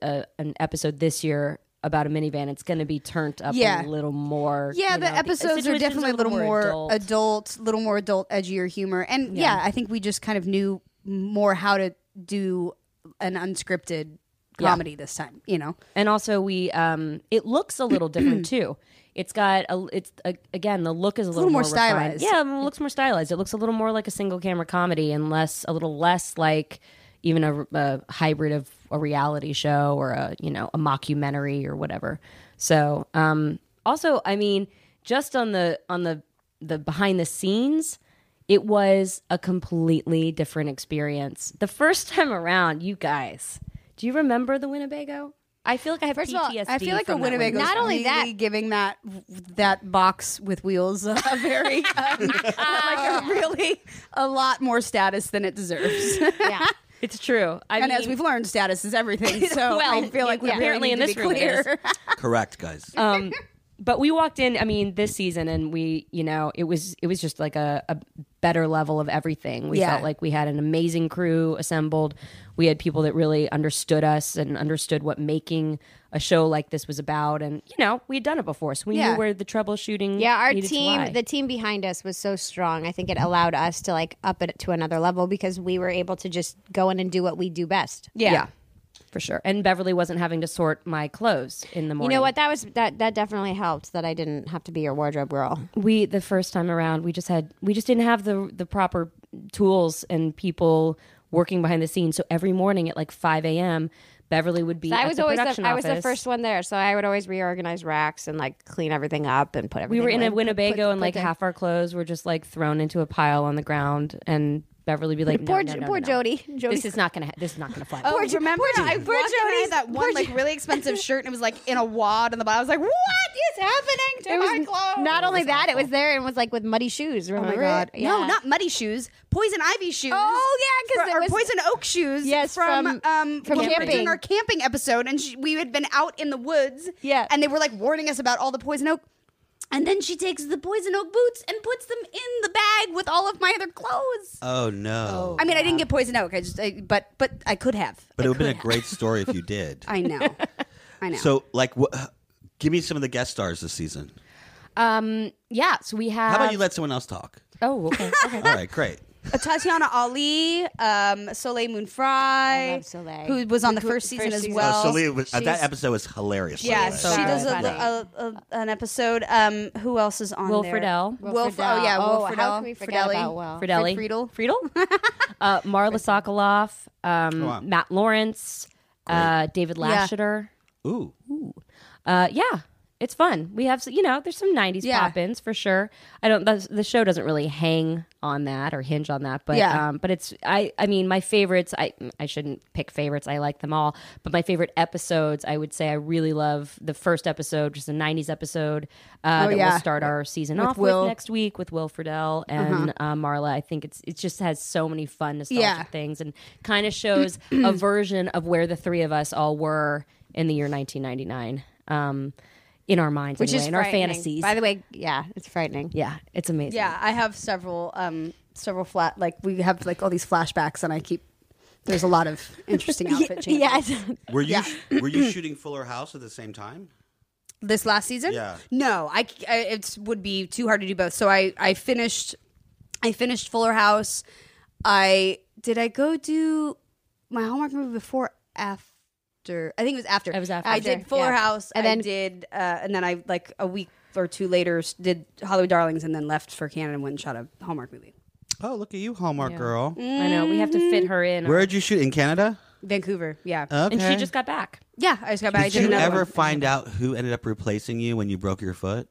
Speaker 1: a, an episode this year about a minivan. It's going to be turned up
Speaker 3: Yeah.
Speaker 1: a little more.
Speaker 3: Yeah,
Speaker 1: you
Speaker 3: the
Speaker 1: know,
Speaker 3: episodes are
Speaker 1: situations
Speaker 3: definitely a little more, adult. a little more adult, edgier humor. And yeah. I think we just kind of knew more how to do an unscripted comedy this time, you know?
Speaker 1: and also we um it looks a little different too it's got a it's a, again the look is a, little,
Speaker 3: little more
Speaker 1: refined.
Speaker 3: stylized.
Speaker 1: yeah um, it looks more stylized it looks a little more like a single camera comedy and less a little less like even a, a hybrid of a reality show or a you know a mockumentary or whatever so um also i mean just on the on the the behind the scenes it was a completely different experience the first time around you guys do you remember the winnebago I feel like I have
Speaker 5: First of all,
Speaker 1: PTSD.
Speaker 3: I feel like a
Speaker 1: from that
Speaker 3: Winnebago.
Speaker 1: one.
Speaker 5: Not only that-
Speaker 3: giving that that box with wheels a very um, like a really a lot more status than it deserves.
Speaker 5: Yeah.
Speaker 1: It's true. I
Speaker 3: and
Speaker 1: mean,
Speaker 3: as we've learned, status is everything. So
Speaker 1: Well,
Speaker 3: I feel like we
Speaker 1: yeah.
Speaker 3: really
Speaker 1: apparently
Speaker 3: need
Speaker 1: in
Speaker 3: to
Speaker 1: this
Speaker 3: be
Speaker 1: room it is.
Speaker 3: clear.
Speaker 2: Correct, guys.
Speaker 1: um, but we walked in i mean this season and we you know it was it was just like a, a better level of everything we
Speaker 3: Yeah.
Speaker 1: felt like we had an amazing crew assembled we had people that really understood us and understood what making a show like this was about and you know we had done it before so we
Speaker 3: Yeah.
Speaker 1: knew where the troubleshooting
Speaker 5: Yeah, our
Speaker 1: needed to lie.
Speaker 5: team, the team behind us was so strong. I think it allowed us to like up it to another level because we were able to just go in and do what we do best.
Speaker 1: yeah. for sure and beverly wasn't having to sort my clothes in the
Speaker 5: You
Speaker 1: morning
Speaker 5: know what? That was that that definitely helped that I didn't have to be your wardrobe girl.
Speaker 1: we the first time around we just had we just didn't have the the proper tools and people working behind the scenes so every morning at like 5 a.m beverly would be
Speaker 5: I
Speaker 1: at
Speaker 5: was
Speaker 1: the
Speaker 5: always
Speaker 1: production
Speaker 5: the, I was the
Speaker 1: office.
Speaker 5: first one there, so I would always reorganize racks and like clean everything up and put
Speaker 1: we
Speaker 5: everything.
Speaker 1: were in
Speaker 5: away.
Speaker 1: a winnebago and like half our clothes were just like thrown into a pile on the ground and beverly would be like no,
Speaker 5: poor
Speaker 1: no,
Speaker 5: Jo-
Speaker 1: no,
Speaker 5: poor
Speaker 1: no.
Speaker 5: Jody. Jody's-
Speaker 1: this is not gonna ha- this is not gonna fly
Speaker 3: Oh, remember I
Speaker 5: poor
Speaker 3: walked in, I had
Speaker 5: Jody's-
Speaker 3: that one
Speaker 5: poor
Speaker 3: like
Speaker 5: Jo-
Speaker 3: really expensive shirt, and it was like in a wad on the bottom. I was like, "What is happening to
Speaker 5: It
Speaker 3: my
Speaker 5: was
Speaker 3: clothes?"
Speaker 5: not only that, it was there and was like with muddy shoes.
Speaker 3: Oh
Speaker 5: Remember
Speaker 3: my god!
Speaker 5: It?
Speaker 3: No, not muddy shoes. Poison ivy shoes.
Speaker 5: Oh, yeah, 'cause
Speaker 3: Fro-
Speaker 5: it
Speaker 3: or
Speaker 5: was-
Speaker 3: poison oak shoes.
Speaker 5: Yes,
Speaker 3: from,
Speaker 5: from-
Speaker 3: um
Speaker 5: from
Speaker 3: when we were
Speaker 5: camping.
Speaker 3: doing our camping episode, and she, we had been out in the woods.
Speaker 5: Yeah.
Speaker 3: and they were like warning us about all the poison oak. And then she takes the poison oak boots and puts them in the bag with all of my other clothes.
Speaker 2: Oh no!
Speaker 3: I mean, I didn't get poison oak. I just, I, but, but I could have.
Speaker 2: but
Speaker 3: I
Speaker 2: it would have been
Speaker 3: could
Speaker 2: a great story if you did.
Speaker 3: I know. I know.
Speaker 2: so, like, wh- give me some of the guest stars this season.
Speaker 1: um yeah so we have
Speaker 2: How about you let someone else talk?
Speaker 1: oh okay, okay.
Speaker 2: All right, great.
Speaker 3: Uh, Tatiana Ali, um, Soleil Moon
Speaker 5: I
Speaker 3: Fry,
Speaker 5: love Soleil.
Speaker 3: who was on the first
Speaker 5: first
Speaker 3: season as
Speaker 5: season.
Speaker 3: well.
Speaker 2: Oh, so Leah was, uh, that
Speaker 5: she's-
Speaker 2: episode was hilarious. by the
Speaker 3: Yeah,
Speaker 2: way.
Speaker 1: so
Speaker 3: she does a,
Speaker 1: funny.
Speaker 3: a, a, an episode. Um, who else is on
Speaker 1: Will
Speaker 3: there?
Speaker 1: Friedle.
Speaker 3: Will, Fr- oh yeah, Will
Speaker 5: Oh,
Speaker 3: Friedle.
Speaker 5: how can we forget
Speaker 3: Friedle.
Speaker 5: about Will?
Speaker 1: Fridelli.
Speaker 3: Friedle.
Speaker 1: Friedel? uh, Marla Sokoloff, um,
Speaker 2: Oh, wow.
Speaker 1: Matt Lawrence, uh, David
Speaker 3: Yeah.
Speaker 1: Lasseter.
Speaker 2: Ooh,
Speaker 1: Uh, yeah, it's fun. We have, s- you know, there's some 90s
Speaker 3: Yeah.
Speaker 1: pop-ins for sure. I don't, the, the show doesn't really hang on that or hinge on that, but,
Speaker 3: Yeah.
Speaker 1: um, but it's, I, I mean, my favorites, I, I shouldn't pick favorites. I like them all, but my favorite episodes, I would say I really love the first episode, just a 90s episode, uh,
Speaker 3: Oh,
Speaker 1: that
Speaker 3: yeah.
Speaker 1: we'll start our season off
Speaker 3: Will.
Speaker 1: with next week with Will
Speaker 5: Uh-huh.
Speaker 1: Friedle and uh Marla. I think it's, it just has so many fun nostalgic
Speaker 3: Yeah.
Speaker 1: things and kind of shows a version of where the three of us all were in the year 1999 um, in our minds
Speaker 5: which
Speaker 1: anyway,
Speaker 5: is
Speaker 1: in our
Speaker 5: frightening.
Speaker 1: fantasies
Speaker 5: By the way, yeah, it's frightening.
Speaker 1: yeah it's amazing
Speaker 3: Yeah, I have several, um, several flat. Like we have like all these flashbacks, and I keep. There's a lot of interesting outfit changes.
Speaker 2: were you were you shooting Fuller House at the same time?
Speaker 3: This last season?
Speaker 2: Yeah.
Speaker 3: No, I, c- I- it would be too hard to do both. So I I finished I finished Fuller House. I did I go do my homework movie before after I think it was after. It
Speaker 1: was after.
Speaker 3: I did Fuller
Speaker 5: yeah.
Speaker 3: House and
Speaker 5: And
Speaker 3: then
Speaker 5: then-
Speaker 3: did uh, and then I like a week or two later s- did Hollywood Darlings and then left for Canada and went and shot a homework movie.
Speaker 2: Oh, look at you, Hallmark girl.
Speaker 1: i know we have to fit her in
Speaker 2: Where'd you shoot in Canada?
Speaker 3: Vancouver, yeah.
Speaker 2: Okay.
Speaker 1: and she just got back
Speaker 3: yeah, I just got back. I
Speaker 2: Uh, Did you
Speaker 3: another
Speaker 2: ever
Speaker 3: one.
Speaker 2: find out who ended up replacing you when you broke your foot?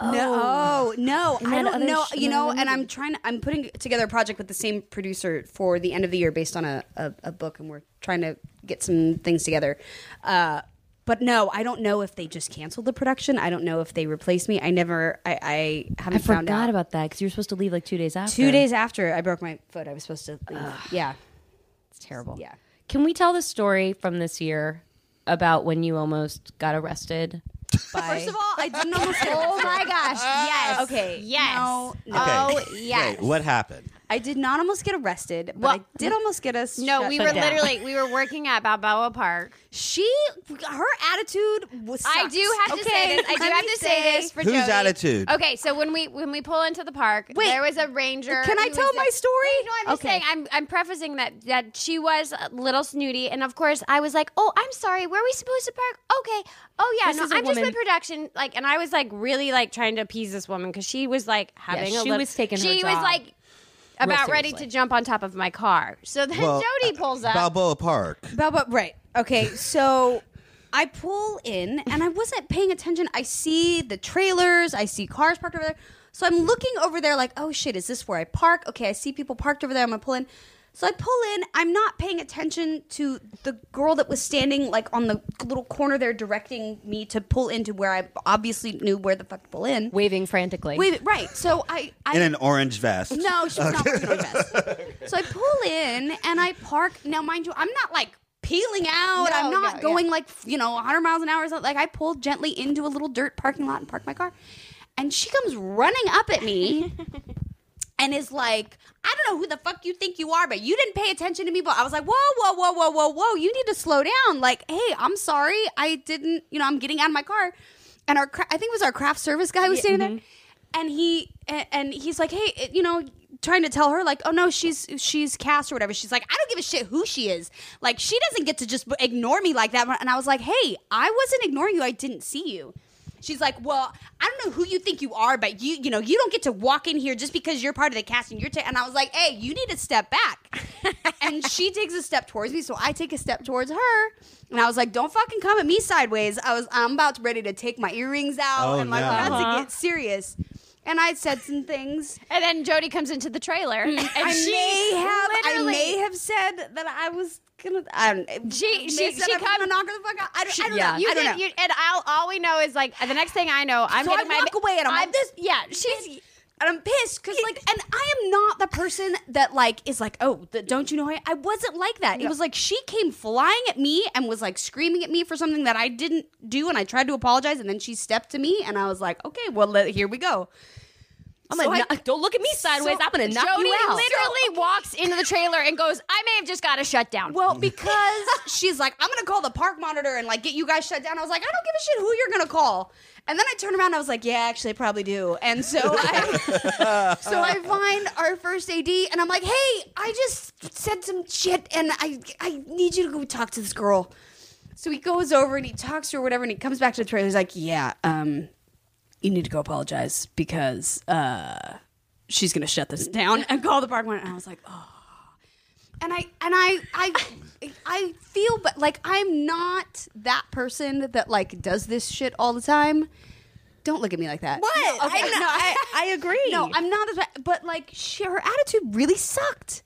Speaker 3: No, oh, no,
Speaker 1: that
Speaker 3: I don't
Speaker 1: other
Speaker 3: know.
Speaker 1: sh-
Speaker 3: you
Speaker 1: in that
Speaker 3: know,
Speaker 1: other
Speaker 3: and I'm trying. I'm putting together a project with the same producer for the end of the year, based on a, a, a book, and we're trying to get some things together. Uh, but no, I don't know if they just canceled the production. I don't know if they replaced me. I never. I, I haven't
Speaker 1: i
Speaker 3: found
Speaker 1: forgot
Speaker 3: out.
Speaker 1: about that because you were supposed to leave like two days after
Speaker 3: Two days after I broke my foot, I was supposed to. leave. yeah,
Speaker 1: it's terrible
Speaker 3: Yeah.
Speaker 1: can we tell the story from this year about when you almost got arrested
Speaker 3: First of all, I didn't almost get
Speaker 5: Oh my gosh. Yes.
Speaker 3: Okay.
Speaker 5: Yes.
Speaker 3: No, no.
Speaker 5: Oh
Speaker 2: Okay.
Speaker 5: yes.
Speaker 2: Wait, what happened?
Speaker 3: I did not almost get arrested, but I
Speaker 5: Well-
Speaker 3: did almost get us.
Speaker 5: No,
Speaker 3: shut
Speaker 5: we were
Speaker 3: down.
Speaker 5: literally we were working at Balboa Park.
Speaker 3: She, her attitude was.
Speaker 5: I do have to say this. I do have to say this for
Speaker 2: Whose
Speaker 5: Jody.
Speaker 2: attitude?
Speaker 5: Okay, so when we when we pull into the park,
Speaker 3: Wait,
Speaker 5: there was a ranger.
Speaker 3: Can I
Speaker 5: who was
Speaker 3: tell my
Speaker 5: the-
Speaker 3: story?
Speaker 5: Wait, no, I'm just saying. I'm I'm prefacing that that she was a little snooty, and of course I was like, oh, I'm sorry. Where are we supposed to park? Okay. Oh yeah,
Speaker 1: This is a
Speaker 5: no, I'm just
Speaker 1: woman-
Speaker 5: with production. Like, and I was like really like trying to appease this woman because she was like having a
Speaker 1: she
Speaker 5: little.
Speaker 1: was taking her
Speaker 5: She
Speaker 1: job
Speaker 5: was like about ready
Speaker 1: seriously.
Speaker 5: to jump on top of my car. So then
Speaker 2: Well,
Speaker 5: Jody pulls up.
Speaker 2: Balboa Park.
Speaker 3: Balboa, right. Okay, so I pull in and I wasn't paying attention. I see the trailers, I see cars parked over there. So I'm looking over there like, oh shit, is this where I park? Okay, I see people parked over there. I'm gonna pull in. So I pull in. I'm not paying attention to the girl that was standing like on the little corner there, directing me to pull into where I obviously knew where the fuck to pull in.
Speaker 1: waving frantically.
Speaker 3: Wait, right. So I, I
Speaker 2: in an orange vest.
Speaker 3: no, she was not working on vest. So I pull in and I park. Now, mind you, I'm not like peeling out.
Speaker 5: No,
Speaker 3: I'm not
Speaker 5: no, yeah.
Speaker 3: going like you know 100 miles an hour. Or something. Like I pulled gently into a little dirt parking lot and parked my car. And she comes running up at me and is like, I don't know who the fuck you think you are, but you didn't pay attention to me. But I was like, whoa, whoa, whoa, whoa, whoa, whoa, you need to slow down. Like, hey, I'm sorry. I didn't, you know, I'm getting out of my car. And our, cra- I think it was our craft service guy was standing there. And he, a- and he's like, hey, it- you know, trying to tell her like, oh no, she's, she's cast or whatever. She's like, I don't give a shit who she is. Like, she doesn't get to just ignore me like that. And I was like, hey, I wasn't ignoring you. I didn't see you. She's like, "Well, I don't know who you think you are, but you, you know, you don't get to walk in here just because you're part of the casting. You're." Ta-. And I was like, "Hey, you need to step back." and she takes a step towards me, so I take a step towards her, and I was like, "Don't fucking come at me sideways." I was, I'm about to ready to take my earrings out
Speaker 2: Oh,
Speaker 3: and like
Speaker 2: no.
Speaker 3: about
Speaker 1: Uh-huh.
Speaker 3: to get serious. And I said some things.
Speaker 6: And then Jody comes into the trailer,
Speaker 1: Mm.
Speaker 6: and
Speaker 3: I
Speaker 6: she
Speaker 3: may have, I
Speaker 6: literally-
Speaker 3: may have said that I was gonna. I don't.
Speaker 6: She-
Speaker 3: may
Speaker 6: she-
Speaker 3: have said
Speaker 6: she
Speaker 3: I was
Speaker 6: come-
Speaker 3: gonna knock her the fuck out. I don't, I don't
Speaker 1: yeah.
Speaker 3: know.
Speaker 6: You
Speaker 3: I don't
Speaker 6: did,
Speaker 3: know.
Speaker 6: you, and I'll, all we know is like the next thing I know, I'm
Speaker 3: So I
Speaker 6: getting my
Speaker 3: walk away and I'm like this.
Speaker 6: Yeah, she's
Speaker 3: and I'm pissed because like, and I am not the person that like is like, oh, the, don't you know? I, I wasn't like that. It was like she came flying at me and was like screaming at me for something that I didn't do, and I tried to apologize, and then she stepped to me, and I was like, okay, well, let, here we go.
Speaker 5: Oh
Speaker 1: I'm
Speaker 3: so
Speaker 1: gonna
Speaker 3: I-
Speaker 1: kno- don't look at me sideways.
Speaker 6: so
Speaker 1: I'm gonna knock
Speaker 6: Jody
Speaker 1: you out.
Speaker 6: literally walks into the trailer and goes, "I may have just got a shutdown."
Speaker 3: Well, because she's like, I'm gonna call the park monitor and like get you guys shut down. I was like, I don't give a shit who you're gonna call. And then I turn around, and I was like, yeah, actually, I probably do. And so I, so I find our first AD, and I'm like, hey, I just said some shit, and I I need you to go talk to this girl. So he goes over and he talks to her, whatever, and he comes back to the trailer. He's like, yeah, um, you need to go apologize because uh, she's gonna shut this down and call the park monitor. And I was like, oh and I and I I I feel but like I'm not that person that like does this shit all the time. Don't look at me like that.
Speaker 4: What?
Speaker 3: No, okay,
Speaker 4: I'm not-
Speaker 3: no,
Speaker 4: I- I agree.
Speaker 3: No, I'm not. As, bad- but like, she, her attitude really sucked,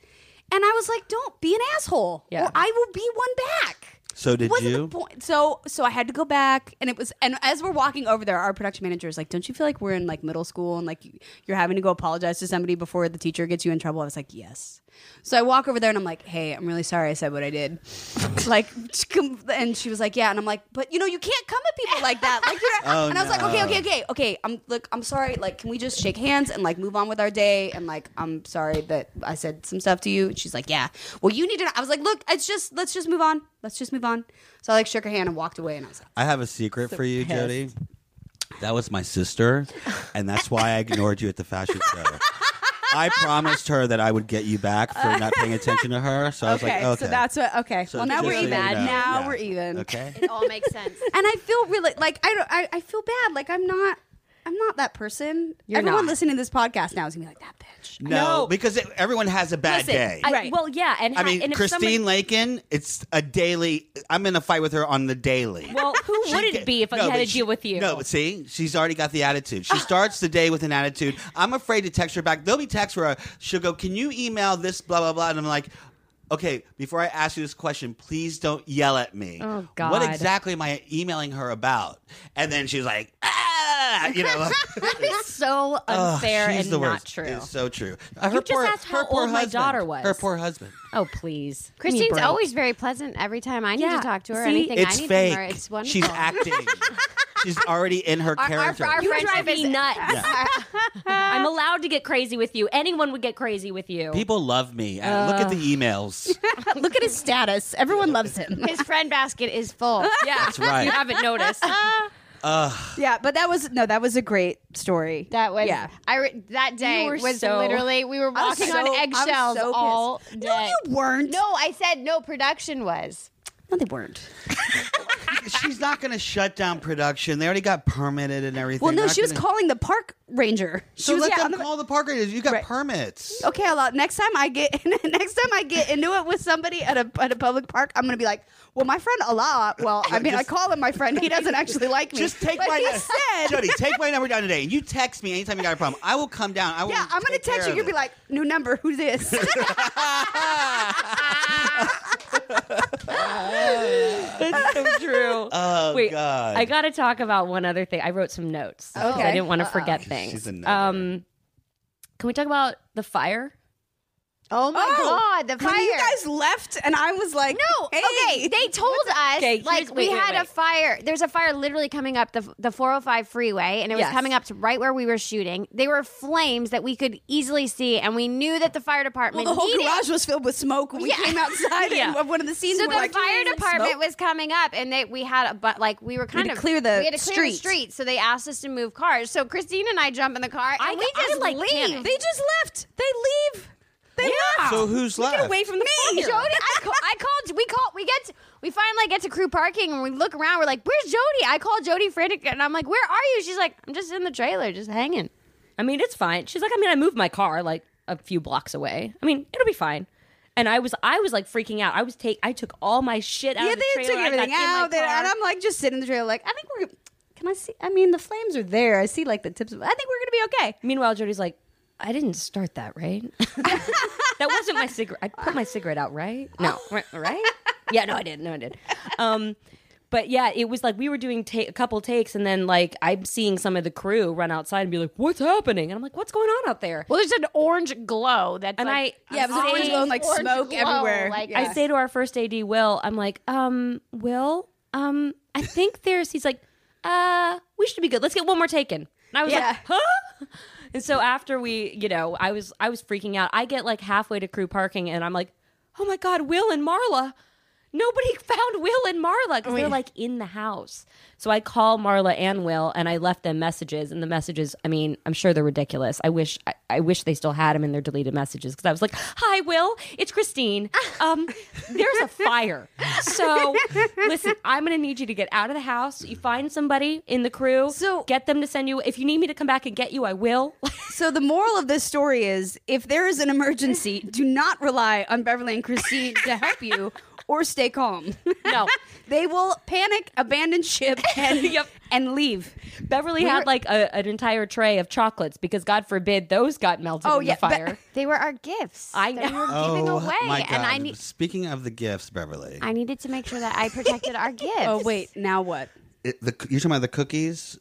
Speaker 3: and I was like, "Don't be an asshole,
Speaker 1: Yeah.
Speaker 3: or I will be one back."
Speaker 2: So did
Speaker 3: Wasn't the
Speaker 2: you?
Speaker 3: point- So so I had to go back, and it was. And as we're walking over there, our production manager is like, "Don't you feel like we're in like middle school and like you- you're having to go apologize to somebody before the teacher gets you in trouble?" I was like, "Yes." So I walk over there and I'm like, "Hey, I'm really sorry I said what I did." like, and she was like, "Yeah," and I'm like, "But you know, you can't come at people like that." Like, you're,
Speaker 2: Oh,
Speaker 3: and I was like,
Speaker 2: no.
Speaker 3: "Okay, okay, okay, okay. I'm look, I'm sorry. Like, can we just shake hands and like move on with our day? And like, I'm sorry that I said some stuff to you." And she's like, "Yeah." Well, you need to. I was like, "Look, it's just let's just move on. Let's just move on." So I like shook her hand and walked away, and I was like,
Speaker 2: I have a secret for you, Jody. That was my sister, and that's why I ignored you at the fashion show. I promised her that I would get you back for not paying attention to her. So I was like, okay.
Speaker 4: So that's what. Okay.
Speaker 2: So
Speaker 4: well, now
Speaker 2: just
Speaker 4: we're
Speaker 2: so you
Speaker 4: even.
Speaker 2: know,
Speaker 4: now
Speaker 2: yeah.
Speaker 4: we're even.
Speaker 2: Okay.
Speaker 6: it all makes sense.
Speaker 3: and I feel really like I don't. I, I feel bad. Like I'm not. I'm not that person.
Speaker 1: not.
Speaker 3: Everyone listening to this podcast now is gonna be like that bitch.
Speaker 2: No,
Speaker 1: No.
Speaker 2: because it, everyone has a bad
Speaker 1: Listen,
Speaker 2: day.
Speaker 1: I-
Speaker 4: Right.
Speaker 1: Well, yeah, and
Speaker 2: I
Speaker 1: ha- and
Speaker 2: mean,
Speaker 1: if
Speaker 2: Christine
Speaker 1: someone-
Speaker 2: Lakin, it's a daily. I'm in a fight with her on the daily.
Speaker 1: well, who
Speaker 2: She
Speaker 1: would
Speaker 2: ca-
Speaker 1: it be if I
Speaker 2: No,
Speaker 1: had
Speaker 2: but
Speaker 1: to
Speaker 2: she-
Speaker 1: deal with you? Ah.
Speaker 2: No, but see, she's already got the attitude. She starts the day with an attitude. I'm afraid to text her back. There'll be texts where she'll go, "Can you email this blah blah blah?" And I'm like. Okay, before I ask you this question, please don't yell at me.
Speaker 1: Oh,
Speaker 2: What
Speaker 1: God.
Speaker 2: exactly am I emailing her about? And then she's like, ah, you know,
Speaker 1: it's so
Speaker 2: Ugh,
Speaker 1: unfair
Speaker 2: she's
Speaker 1: and
Speaker 2: the
Speaker 1: not
Speaker 2: worst.
Speaker 1: true.
Speaker 2: It's so true. Uh, her
Speaker 1: You just asked how old my daughter was.
Speaker 2: Her poor husband.
Speaker 1: oh, please. Give me a
Speaker 5: Christine's
Speaker 1: break.
Speaker 5: always very pleasant every time I need
Speaker 1: Yeah,
Speaker 5: to talk to her.
Speaker 1: see?
Speaker 5: anything I
Speaker 2: It's
Speaker 5: need
Speaker 2: fake.
Speaker 5: from her, it's wonderful.
Speaker 2: She's acting. She's already in her
Speaker 6: Our, our,
Speaker 2: character.
Speaker 6: our
Speaker 1: You
Speaker 6: friendship
Speaker 1: drive
Speaker 6: is
Speaker 1: me nuts. I'm allowed to get crazy with you. Anyone would get crazy with you.
Speaker 2: People love me. Uh, Look at the emails.
Speaker 3: Look at his status. Everyone loves him.
Speaker 5: His friend basket is full.
Speaker 1: yeah,
Speaker 2: That's right.
Speaker 1: You haven't noticed.
Speaker 4: Yeah, but that was no. That was a great story.
Speaker 5: That was
Speaker 4: Yeah.
Speaker 5: I re- that day
Speaker 1: You were
Speaker 5: was
Speaker 1: so-
Speaker 5: literally we were
Speaker 4: was
Speaker 5: walking
Speaker 4: so- I
Speaker 5: on
Speaker 4: was
Speaker 5: eggshells
Speaker 4: so pissed.
Speaker 5: all day.
Speaker 3: weren't.
Speaker 5: No, I said no production was.
Speaker 3: No, they weren't.
Speaker 2: She's not going to shut down production. They already got permitted and everything.
Speaker 3: Well,
Speaker 2: They're
Speaker 3: no,
Speaker 2: not
Speaker 3: she was
Speaker 2: gonna-
Speaker 3: calling the park ranger. She
Speaker 2: So
Speaker 3: was
Speaker 2: let
Speaker 3: yeah, on
Speaker 2: them
Speaker 3: the-
Speaker 2: call the park rangers. You got
Speaker 3: Right.
Speaker 2: permits.
Speaker 3: Okay, I'll, next time I get next time I get into it with somebody at a at a public park, I'm gonna be like, well, my friend Allah. Well, I mean, I call him my friend. He doesn't actually like me.
Speaker 2: Just take
Speaker 3: but
Speaker 2: my
Speaker 3: he
Speaker 2: number.
Speaker 3: said,
Speaker 2: Jody, take my number down today. And you text me anytime you got a problem. I will come down. I will
Speaker 3: yeah, I'm gonna
Speaker 2: take care
Speaker 3: text you.
Speaker 2: of
Speaker 3: You'll
Speaker 2: it.
Speaker 3: be like, new number. Who this?
Speaker 1: That's so true.
Speaker 2: oh,
Speaker 1: Wait,
Speaker 2: God.
Speaker 1: I got to talk about one other thing. I wrote some notes. 'cause I
Speaker 3: Okay.
Speaker 1: didn't want to forget things.
Speaker 2: She's a noter.
Speaker 1: um, can we talk about the fire?
Speaker 5: Oh my
Speaker 3: Oh,
Speaker 5: god, the fire!
Speaker 3: when you guys left, and I was like,
Speaker 5: no,
Speaker 3: hey.
Speaker 5: okay, they told us
Speaker 1: Okay, here's-
Speaker 5: like we
Speaker 1: wait, wait,
Speaker 5: had a
Speaker 1: wait.
Speaker 5: fire. There's a fire literally coming up the the 405 freeway, and it was
Speaker 1: Yes.
Speaker 5: coming up to right where we were shooting. They were flames that we could easily see, and we knew that the fire
Speaker 3: Well,
Speaker 5: department
Speaker 3: the whole
Speaker 5: needed.
Speaker 3: garage was filled with smoke when we
Speaker 5: Yeah.
Speaker 3: came outside
Speaker 1: Yeah.
Speaker 3: and one of the scenes.
Speaker 5: so
Speaker 3: we're
Speaker 5: the
Speaker 3: like,
Speaker 5: fire
Speaker 3: "Smoke?"
Speaker 5: department was coming up, and they we had a but like we were kind
Speaker 3: had to
Speaker 5: of
Speaker 3: clear the
Speaker 5: we had to
Speaker 3: street.
Speaker 5: clear the street. So they asked us to move cars. So Christine and I jump in the car, and
Speaker 1: I-
Speaker 5: we
Speaker 1: I,
Speaker 5: just
Speaker 1: like,
Speaker 5: leave.
Speaker 1: panicked.
Speaker 3: They just left. They leave. They left.
Speaker 2: so who's
Speaker 3: Get
Speaker 2: left?
Speaker 3: away from the
Speaker 5: Jody,
Speaker 3: fire.
Speaker 5: I, call, I called. We call. We get. To, we finally get to crew parking, and we look around. We're like, "Where's Jody?" I call Jody frantic, and I'm like, "Where are you?" She's like, "I'm just in the trailer, just hanging."
Speaker 1: I mean, it's fine. She's like, I mean, I moved my car like a few blocks away. I mean, it'll be fine. And I was, I was like freaking out. I was take, I took all my shit out
Speaker 3: Yeah,
Speaker 1: of the
Speaker 3: they
Speaker 1: trailer. I
Speaker 3: took
Speaker 1: got
Speaker 3: everything
Speaker 1: in my
Speaker 3: out. They-
Speaker 1: car.
Speaker 3: and I'm like just sitting in the trailer, like I think we're. Can I see? I mean, the flames are there. I see like the tips. Of, I think we're gonna be okay.
Speaker 1: Meanwhile, Jody's like, I didn't start that, right? that wasn't my cigarette. I put my cigarette out, right? No, right? right? Yeah, no, I did. No, I did. Um, but yeah, it was like we were doing ta- a couple takes, and then like I'm seeing some of the crew run outside and be like, "What's happening?" And I'm like, "What's going on out there?"
Speaker 6: Well, there's an orange glow that's
Speaker 1: And
Speaker 6: like,
Speaker 1: I, yeah,
Speaker 3: it was an orange glow and, like, smoke everywhere.
Speaker 6: Like,
Speaker 1: I say to our first AD, Will, I'm like, um, Will, um, I think there's, he's like, uh, we should be good. Let's get one more taken. And I was like,
Speaker 3: Yeah.
Speaker 1: huh? And so after we, you know, I was, I was freaking out. I get like halfway to crew parking and I'm like, oh my God, Will and Marla. Nobody found Will and Marla because they're like in the house. So I call Marla and Will and I left them messages. And the messages, I mean, I'm sure they're ridiculous. I wish I, I wish they still had them in their deleted messages because I was like, Hi, Will, it's Christine. Um, there's a fire. So listen, I'm gonna need you to get out of the house. You find somebody in the crew,
Speaker 3: So-
Speaker 1: get them to send you if you need me to come back and get you, I will.
Speaker 3: So the moral of this story is: if there is an emergency, do not rely on Beverly and Christine to help you, or stay calm.
Speaker 1: no.
Speaker 3: they will panic, abandon ship, and
Speaker 1: Yep.
Speaker 3: and leave.
Speaker 1: Beverly had like a, an entire tray of chocolates because God forbid those got melted
Speaker 3: Oh,
Speaker 1: in
Speaker 3: yeah,
Speaker 1: the
Speaker 3: but-
Speaker 1: fire.
Speaker 5: They were our gifts.
Speaker 1: I
Speaker 5: that we
Speaker 1: know.
Speaker 5: were
Speaker 2: Oh,
Speaker 5: giving away,
Speaker 2: my God.
Speaker 5: and I need.
Speaker 2: Speaking of the gifts, Beverly.
Speaker 5: I needed to make sure that I protected our gifts.
Speaker 3: Oh wait, now what?
Speaker 2: It- the, you're talking about the cookies?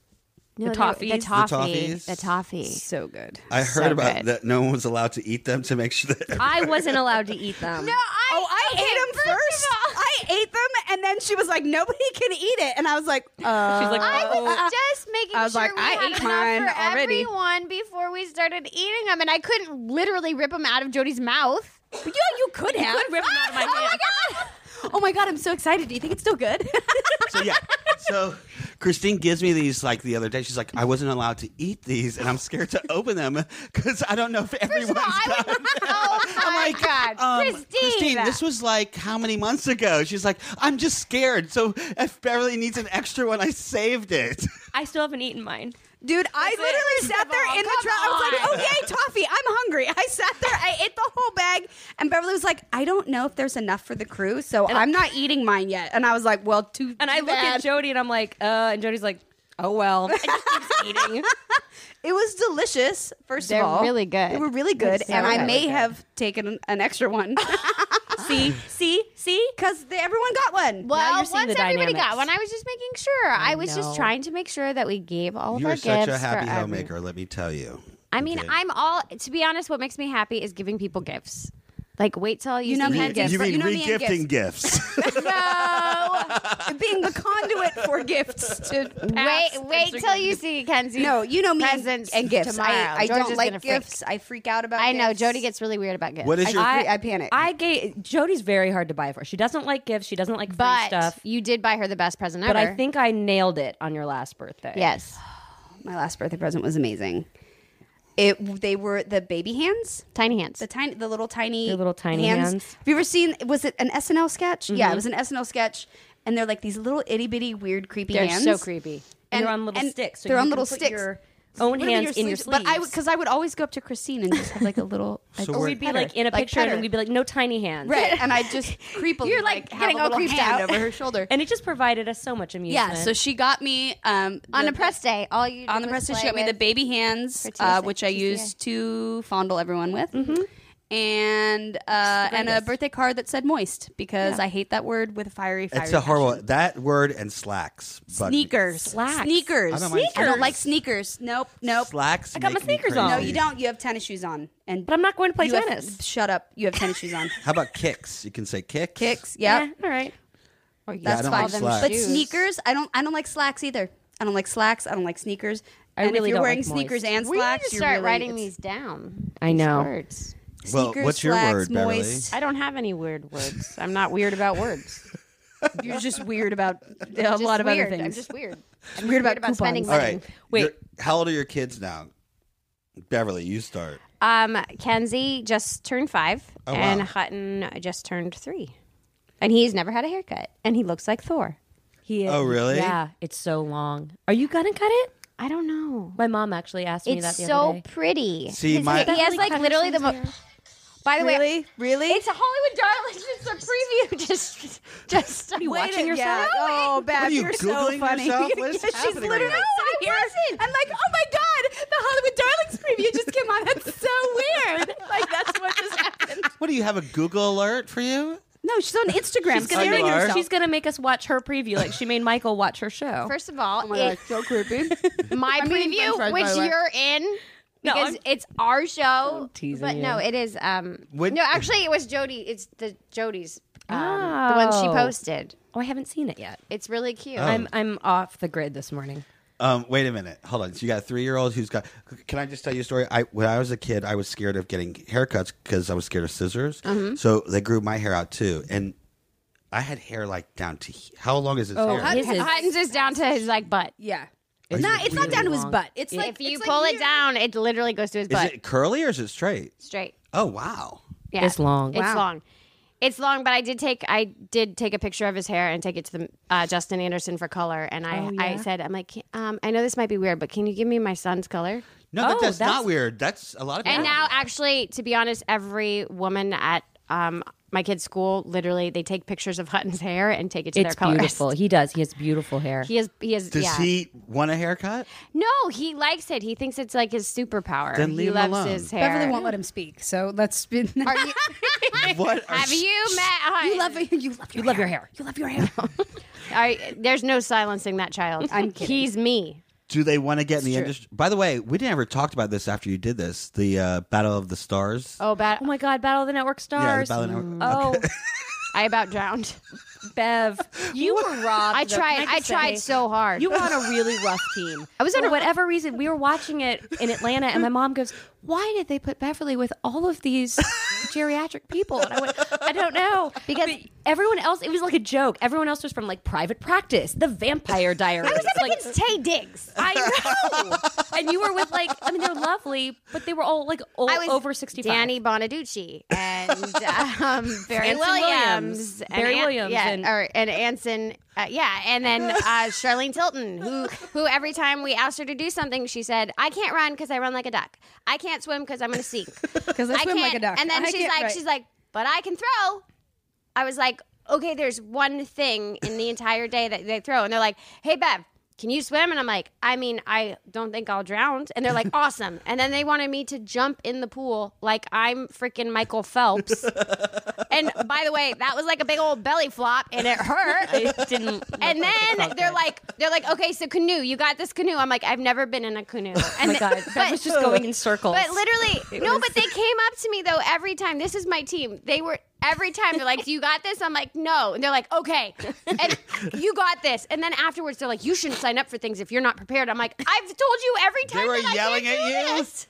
Speaker 5: no,
Speaker 1: the
Speaker 5: they were-
Speaker 1: toffees.
Speaker 5: the
Speaker 1: The
Speaker 5: toffee,
Speaker 2: toffees.
Speaker 5: the toffee.
Speaker 3: So good.
Speaker 2: I heard about
Speaker 5: good.
Speaker 2: that no one was allowed to eat them to make sure that.
Speaker 1: I wasn't allowed to eat them.
Speaker 5: No, I,
Speaker 3: Oh, I
Speaker 5: okay,
Speaker 3: ate them
Speaker 5: first of
Speaker 3: first. I ate them, and then she was like, "Nobody can eat it," and I was like, uh,
Speaker 1: She's like,
Speaker 5: I
Speaker 1: "Uh-oh."
Speaker 5: was just making
Speaker 3: I was
Speaker 5: sure
Speaker 3: like,
Speaker 5: we
Speaker 3: I
Speaker 5: had
Speaker 3: ate
Speaker 5: enough
Speaker 3: mine
Speaker 5: for
Speaker 3: already.
Speaker 5: everyone before we started eating them, and I couldn't literally rip them out of Jody's mouth.
Speaker 3: "Yeah, you could have."
Speaker 1: could rip them out of my
Speaker 3: oh
Speaker 1: hand.
Speaker 3: my god! Oh my god! I'm so excited. Do you think it's still good?
Speaker 2: so yeah. So Christine gives me these like the other day. She's like, I wasn't allowed to eat these, and I'm scared to open them because I don't know if everyone's
Speaker 5: First of all, I
Speaker 2: got
Speaker 5: would. Oh my god,
Speaker 2: Um,
Speaker 5: Christine!
Speaker 2: this was like how many months ago? She's like, I'm just scared. So if Beverly needs an extra one, I saved it.
Speaker 1: I still haven't eaten mine.
Speaker 3: Dude, I
Speaker 5: That's it.
Speaker 3: literally sat there in the
Speaker 5: Come
Speaker 3: truck. I was like,
Speaker 5: on.
Speaker 3: "Oh yay, toffee! I'm hungry." I sat there. I ate the whole bag, and Beverly was like, "I don't know if there's enough for the crew, so I'm not eating mine yet." And I was like, "Well, too."
Speaker 1: And I
Speaker 3: too
Speaker 1: look
Speaker 3: bad.
Speaker 1: at Jody and I'm like, uh, and Jody's like, oh well. And just keeps eating.
Speaker 3: It was delicious. 1st
Speaker 5: They're
Speaker 3: of all,
Speaker 5: really good.
Speaker 3: They were really good,
Speaker 5: so
Speaker 3: and I
Speaker 5: good.
Speaker 3: may have taken an, an extra one
Speaker 1: see, see, see?
Speaker 3: because everyone got one.
Speaker 5: well,
Speaker 1: you're
Speaker 5: once
Speaker 1: seeing the
Speaker 5: everybody
Speaker 1: dynamics.
Speaker 5: got one, I was just making sure. I, was
Speaker 1: know.
Speaker 5: just trying to make sure that we gave all
Speaker 2: You
Speaker 5: of our
Speaker 2: are such a
Speaker 5: gifts
Speaker 2: happy
Speaker 5: for every-
Speaker 2: homemaker, let me tell you.
Speaker 5: I mean, I'm all. To be honest, what makes me happy is giving people gifts. Like, wait till you,
Speaker 3: You know
Speaker 5: see
Speaker 3: me
Speaker 5: my
Speaker 3: and
Speaker 5: gifts.
Speaker 3: gifts. You know me and
Speaker 2: regifting gifts?
Speaker 5: no.
Speaker 3: being the conduit for gifts to
Speaker 5: Wait,
Speaker 3: pass.
Speaker 5: wait till you see Kenzie.
Speaker 3: No, you know me and-
Speaker 5: Presents
Speaker 3: and gifts. I,
Speaker 5: tomorrow.
Speaker 3: I
Speaker 5: George
Speaker 3: don't
Speaker 5: is
Speaker 3: like
Speaker 5: gonna freak.
Speaker 3: gifts. I freak out about.
Speaker 5: I know
Speaker 3: gifts.
Speaker 5: Jody gets really weird about gifts.
Speaker 2: What is your
Speaker 3: I, I pave-
Speaker 1: I gave Jody's very hard to buy for. She doesn't like gifts. She doesn't like free
Speaker 5: but
Speaker 1: stuff.
Speaker 5: you did buy her the best present
Speaker 1: But
Speaker 5: ever.
Speaker 1: I think I nailed it on your last birthday.
Speaker 5: yes.
Speaker 3: My last birthday present was amazing. It they were the baby hands,
Speaker 5: Tiny hands.
Speaker 3: the tiny, the little tiny,
Speaker 1: The little tiny hands. Mm-hmm.
Speaker 3: Have you ever seen? Was it an SNL sketch? Yeah, it was an SNL sketch, and they're like these little itty bitty weird creepy
Speaker 1: They're
Speaker 3: hands.
Speaker 1: so creepy. And,
Speaker 3: And-
Speaker 1: they're on little
Speaker 3: and
Speaker 1: sticks. So
Speaker 3: they're
Speaker 1: you
Speaker 3: on
Speaker 1: can
Speaker 3: little
Speaker 1: put
Speaker 3: sticks.
Speaker 1: Your own
Speaker 3: Put 'em in
Speaker 1: hands in your
Speaker 3: sleeves.
Speaker 1: sleeves.
Speaker 3: But I because I would always go up to Christine and just have like a little. like,
Speaker 2: So
Speaker 1: or
Speaker 2: we're-
Speaker 1: we'd be
Speaker 3: pet her,
Speaker 1: like in a
Speaker 3: like,
Speaker 1: picture
Speaker 3: pet her.
Speaker 1: and we'd be like, no tiny hands.
Speaker 3: Right, and I just creepily
Speaker 5: You're, like,
Speaker 3: have
Speaker 5: getting
Speaker 3: a
Speaker 5: all
Speaker 3: little
Speaker 5: creeped
Speaker 3: hand
Speaker 5: out.
Speaker 3: over her shoulder.
Speaker 1: And it just provided us so much amusement.
Speaker 3: yeah, so she got me um,
Speaker 5: on
Speaker 3: the-
Speaker 5: a press day, all you did
Speaker 3: on the
Speaker 5: was
Speaker 3: press day. She
Speaker 5: play
Speaker 3: got me the
Speaker 5: with-
Speaker 3: baby hands,
Speaker 5: TSA
Speaker 3: uh, which I used to fondle everyone with,
Speaker 1: Mm-hmm.
Speaker 3: and uh, and a birthday card that said moist because I hate that word with a fiery. fiery
Speaker 2: It's a horrible
Speaker 3: passion.
Speaker 2: that word and slacks. but-
Speaker 3: Sneakers,
Speaker 1: Slacks.
Speaker 3: sneakers,
Speaker 2: I don't mind
Speaker 3: I don't
Speaker 2: sneakers.
Speaker 3: like sneakers. Nope, nope.
Speaker 2: Slacks. I
Speaker 1: got my sneakers on.
Speaker 3: No, you don't. You have tennis shoes on, and
Speaker 1: but I'm not going to play
Speaker 3: you have-
Speaker 1: tennis.
Speaker 3: shut up. You have tennis shoes on.
Speaker 2: How about kicks? You can say kicks.
Speaker 3: Kicks. Yep.
Speaker 1: Yeah, Eh, all right.
Speaker 2: Yeah, I
Speaker 3: That's
Speaker 2: don't
Speaker 3: fine.
Speaker 2: like slacks.
Speaker 3: But sneakers, I don't. I don't like slacks either. I don't like slacks. I don't like sneakers.
Speaker 1: I
Speaker 3: and
Speaker 1: really
Speaker 3: if you're
Speaker 1: don't
Speaker 3: wearing
Speaker 1: like moist.
Speaker 3: sneakers and
Speaker 5: We need
Speaker 3: slacks,
Speaker 5: to
Speaker 3: you're
Speaker 5: start
Speaker 3: really-
Speaker 5: writing
Speaker 3: it's-
Speaker 5: these down.
Speaker 1: I know.
Speaker 5: These words.
Speaker 2: Well,
Speaker 3: Sneakers,
Speaker 2: what's your
Speaker 3: slacks,
Speaker 2: word, Beverly?
Speaker 3: moist.
Speaker 5: I don't have any weird words. I'm not weird about words.
Speaker 3: You're just weird about a
Speaker 5: Just
Speaker 3: lot of
Speaker 5: weird.
Speaker 3: other things.
Speaker 5: I'm just weird. I'm
Speaker 3: weird about coupons.
Speaker 5: spending
Speaker 2: All
Speaker 5: money.
Speaker 2: right.
Speaker 1: Wait.
Speaker 2: You're- how old are your kids now? Beverly, you start.
Speaker 5: Um, Kenzie just turned five,
Speaker 2: Oh, wow.
Speaker 5: and Hutton just turned three, and he's never had a haircut, and he looks like Thor.
Speaker 1: He is.
Speaker 2: Oh, really?
Speaker 1: Yeah, it's so long. Are you gonna cut it?
Speaker 5: I don't know.
Speaker 1: My mom actually asked me
Speaker 5: It's
Speaker 1: that the
Speaker 5: so
Speaker 1: other day.
Speaker 5: pretty.
Speaker 2: See,
Speaker 5: His-
Speaker 2: my-
Speaker 5: he has like literally the most. By the way,
Speaker 3: really, really.
Speaker 5: it's a Hollywood darling. It's a preview. Just, just
Speaker 1: you
Speaker 5: wait
Speaker 1: watching
Speaker 5: a-
Speaker 1: yourself?
Speaker 3: Yeah. Oh,
Speaker 2: What
Speaker 3: Bab,
Speaker 2: are you
Speaker 3: are so
Speaker 2: Googling
Speaker 3: funny.
Speaker 2: yourself? What is
Speaker 3: Yeah, she's
Speaker 2: happening right
Speaker 3: literally
Speaker 2: now?
Speaker 3: sitting here. I'm like, oh my god, the Hollywood Darlings preview just came on. That's so weird. Like that's what just happened.
Speaker 2: What do you have a Google alert for you?
Speaker 3: No, she's on Instagram. She's
Speaker 2: gonna Oh, you
Speaker 3: staring
Speaker 2: are?
Speaker 3: herself.
Speaker 1: She's gonna make us watch her preview, like she made Michael watch her show.
Speaker 5: First of all,
Speaker 3: Oh my
Speaker 5: it-
Speaker 3: God, so creepy.
Speaker 5: my
Speaker 3: I'm eating french fries,
Speaker 5: preview,
Speaker 3: by the way.
Speaker 5: which you're in.
Speaker 1: No,
Speaker 5: Because
Speaker 1: I'm-
Speaker 5: it's our show,
Speaker 1: teasing
Speaker 5: but no,
Speaker 1: you.
Speaker 5: it is. Um,
Speaker 2: When-
Speaker 5: no, actually, it was Jody. It's the Jody's, um, the one she
Speaker 1: Oh.
Speaker 5: posted.
Speaker 1: oh, I haven't seen it yet.
Speaker 5: It's really cute.
Speaker 2: Oh.
Speaker 1: I'm I'm off the grid this morning.
Speaker 2: Um, wait a minute. Hold on. So you got a three-year-old who's got. Can I just tell you a story? I when I was a kid, I was scared of getting haircuts because I was scared of scissors.
Speaker 3: Mm-hmm.
Speaker 2: So they grew my hair out too, and I had hair like down to he- how long is his
Speaker 3: Oh,
Speaker 2: hair?
Speaker 1: his is
Speaker 5: Hutton's is down to his like butt.
Speaker 3: yeah.
Speaker 2: Are you
Speaker 3: Not, it's not
Speaker 2: really
Speaker 3: down to his
Speaker 1: wrong?
Speaker 3: butt. It's like
Speaker 5: if you
Speaker 3: it's like
Speaker 5: pull it
Speaker 3: here.
Speaker 5: down, it literally goes to his
Speaker 2: Is
Speaker 5: butt
Speaker 2: it curly or is it straight?
Speaker 5: straight.
Speaker 2: Oh wow.
Speaker 5: Yeah,
Speaker 1: It's long.
Speaker 5: It's
Speaker 1: Wow.
Speaker 5: long. It's long, but I did take I did take a picture of his hair and take it to the uh, Justin Anderson for color, and
Speaker 1: Oh,
Speaker 5: I I said I'm like um, I know this might be weird, but can you give me my son's color?
Speaker 2: No,
Speaker 1: Oh,
Speaker 2: but that's,
Speaker 1: that's-
Speaker 2: not weird. That's a lot of people.
Speaker 5: And now, actually, to be honest, every woman at um, my kid's school literally they take pictures of Hutton's hair and take it to
Speaker 1: It's
Speaker 5: their colorist.
Speaker 1: beautiful. He does. He has beautiful hair.
Speaker 5: He is he is
Speaker 2: does
Speaker 5: yeah.
Speaker 2: he want a haircut?
Speaker 5: no, he likes it. He thinks it's like his superpower.
Speaker 2: Then
Speaker 5: he
Speaker 2: leave him
Speaker 5: loves
Speaker 2: alone.
Speaker 5: his hair.
Speaker 4: Beverly won't let him speak, so let's. Be,
Speaker 5: Are you-
Speaker 2: What? are-
Speaker 5: Have you met Hutton?
Speaker 3: You love you love your
Speaker 1: you love your hair. You love your hair.
Speaker 5: I, there's no silencing that child. I'm kidding. He's me.
Speaker 2: Do they want to get in the industry? By the way, we never talked about this after you did this. The uh, Battle of the Stars.
Speaker 5: Oh, bad.
Speaker 1: oh my God, Battle of the Network
Speaker 2: yeah, the
Speaker 1: Stars.
Speaker 2: Battle of the Network.
Speaker 1: oh,
Speaker 5: I about drowned.
Speaker 1: Bev, you were robbed.
Speaker 5: I
Speaker 1: though.
Speaker 5: tried.
Speaker 1: Can
Speaker 5: I
Speaker 1: just
Speaker 5: tried
Speaker 1: say,
Speaker 5: so hard.
Speaker 1: You were on a really rough team.
Speaker 5: I was on
Speaker 1: for
Speaker 5: a-
Speaker 1: whatever reason. We were watching it in Atlanta, and my mom goes, "Why did they put Beverly with all of these geriatric people?" And I went, "I don't know," because everyone else, it was like a joke. Everyone else was from like private practice, the Vampire Diaries.
Speaker 5: I was up
Speaker 1: like,
Speaker 5: against Tay Diggs.
Speaker 1: I know, and you were with like I mean they're lovely, but they were all like old,
Speaker 5: I was
Speaker 1: over sixty five.
Speaker 5: Danny Bonaducci and um, Barry
Speaker 1: Anson Williams.
Speaker 5: Williams, and
Speaker 1: Barry
Speaker 5: An-
Speaker 1: Williams
Speaker 5: yeah,
Speaker 1: and-
Speaker 5: or, and Anson, uh, yeah, and then uh, Charlene Tilton, who who every time we asked her to do something, she said, "I can't run because I run like a duck. I can't swim because I'm going to sink. Because
Speaker 4: I swim like a duck.
Speaker 5: And then
Speaker 4: I
Speaker 5: she's
Speaker 4: can't-
Speaker 5: like,
Speaker 4: right.
Speaker 5: she's like, but I can throw. I was like, okay, there's one thing in the entire day that they throw, and they're like, hey, Bev. Can you swim? And I'm like, I mean, I don't think I'll drown. And they're like, awesome. And then they wanted me to jump in the pool like I'm freaking Michael Phelps. and by the way, that was like a big old belly flop, and it hurt.
Speaker 1: It didn't. look
Speaker 5: and
Speaker 1: like it
Speaker 5: then
Speaker 1: felt
Speaker 5: they're
Speaker 1: good.
Speaker 5: like, they're like, okay, so canoe, you got this canoe. I'm like, I've never been in a canoe. And
Speaker 1: "Oh my God, Bev was just going in circles."
Speaker 5: but literally, no. But they came up to me though every time. This is my team. They were every time. They're like, "Do you got this?" I'm like, "No." And they're like, "Okay." And you got this. And then afterwards, they're like, "You shouldn't sign up for things if you're not prepared." I'm like, "I've told you every time."
Speaker 2: were
Speaker 5: that
Speaker 2: yelling
Speaker 5: I can't
Speaker 2: at
Speaker 5: do
Speaker 2: you?
Speaker 5: This.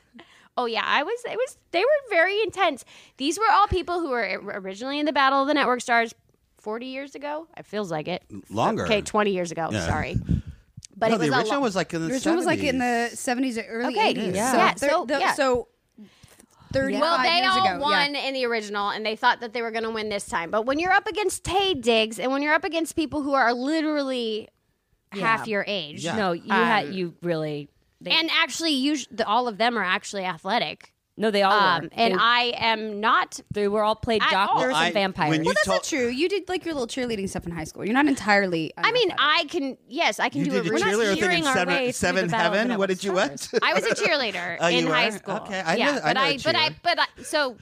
Speaker 5: Oh yeah, I was. It was. They were very intense. These were all people who were originally in the Battle of the Network Stars. 40 years ago? It feels like it.
Speaker 2: Longer.
Speaker 5: Okay, 20 years ago.
Speaker 2: Yeah.
Speaker 5: Sorry. But
Speaker 2: no,
Speaker 5: it was
Speaker 2: the
Speaker 5: a
Speaker 2: original
Speaker 5: lo-
Speaker 2: was like in the
Speaker 3: This one was like in
Speaker 2: 70s.
Speaker 3: the 70s or early
Speaker 5: Okay,
Speaker 3: 80s.
Speaker 5: yeah. yeah,
Speaker 3: So,
Speaker 5: so-
Speaker 3: thir- the-
Speaker 5: yeah.
Speaker 3: so 35
Speaker 5: Well, they
Speaker 3: years
Speaker 5: all
Speaker 3: ago.
Speaker 5: won in the original, and they thought that they were going to win this time. But when you're up against Tay Diggs, and when you're up against people who are literally half your age,
Speaker 2: Yeah.
Speaker 1: No, you had you really. They,
Speaker 5: um, and actually, usu- the, all of them are actually athletic.
Speaker 1: no, they all
Speaker 5: Um,
Speaker 1: were.
Speaker 5: and
Speaker 1: they,
Speaker 5: I am not.
Speaker 1: they were all played
Speaker 5: At all.
Speaker 1: doctors
Speaker 5: Well,
Speaker 2: I-
Speaker 1: and vampires.
Speaker 2: when you
Speaker 3: That's
Speaker 2: told-
Speaker 3: not true. You did like your little cheerleading stuff in high school. You're not entirely.
Speaker 5: I mean, I can. Yes, I can
Speaker 2: You
Speaker 5: do a
Speaker 2: did a
Speaker 5: routine.
Speaker 2: cheerleader thing in
Speaker 1: steering our way through
Speaker 2: Seven, seven
Speaker 1: the battle of
Speaker 2: Heaven.
Speaker 1: the
Speaker 2: What did you what?
Speaker 5: I was a cheerleader
Speaker 2: Oh, you
Speaker 5: in high
Speaker 2: were?
Speaker 5: school.
Speaker 2: Okay, I
Speaker 5: yeah,
Speaker 2: know- I
Speaker 5: but
Speaker 2: know a
Speaker 5: I, but I,
Speaker 2: cheer.
Speaker 5: but I, so,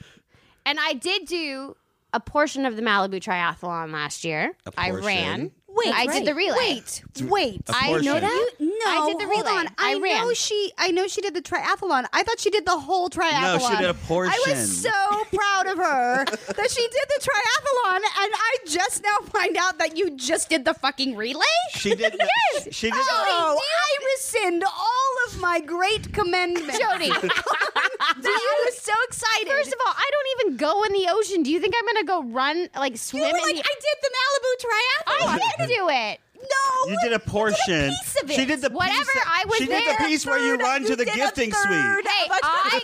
Speaker 5: and I did do a portion of the Malibu Triathlon last year.
Speaker 2: A
Speaker 5: I
Speaker 2: portion.
Speaker 5: ran.
Speaker 3: Wait,
Speaker 5: I did the relay.
Speaker 3: Wait, wait.
Speaker 2: A I know portion. that?
Speaker 3: You, no,
Speaker 5: I did the
Speaker 3: hold
Speaker 5: relay.
Speaker 3: on.
Speaker 5: I
Speaker 3: I,
Speaker 5: ran.
Speaker 3: know she. I know she did the triathlon. I thought she did the whole triathlon.
Speaker 2: did a portion.
Speaker 3: I was so proud of her that she did the triathlon, and I just now find out that you just did the fucking relay.
Speaker 2: She did. She did.
Speaker 3: Oh, I rescind all of my great commendments.
Speaker 5: Jody,
Speaker 3: I was so excited.
Speaker 5: First of all, I don't even go in the ocean. Do you think I'm gonna go run like swim?
Speaker 3: you were
Speaker 5: in
Speaker 3: like, I
Speaker 5: the-
Speaker 3: did the Malibu triathlon.
Speaker 5: I did do it.
Speaker 3: no,
Speaker 2: You did a portion.
Speaker 3: piece of
Speaker 2: She
Speaker 3: it.
Speaker 2: did the
Speaker 5: Whatever,
Speaker 2: Piece that-
Speaker 5: I was
Speaker 2: She did the
Speaker 5: there.
Speaker 2: piece where you
Speaker 3: Third,
Speaker 2: run to
Speaker 3: you
Speaker 2: the
Speaker 3: did a
Speaker 2: gifting
Speaker 3: third.
Speaker 2: suite.
Speaker 5: Hey, I,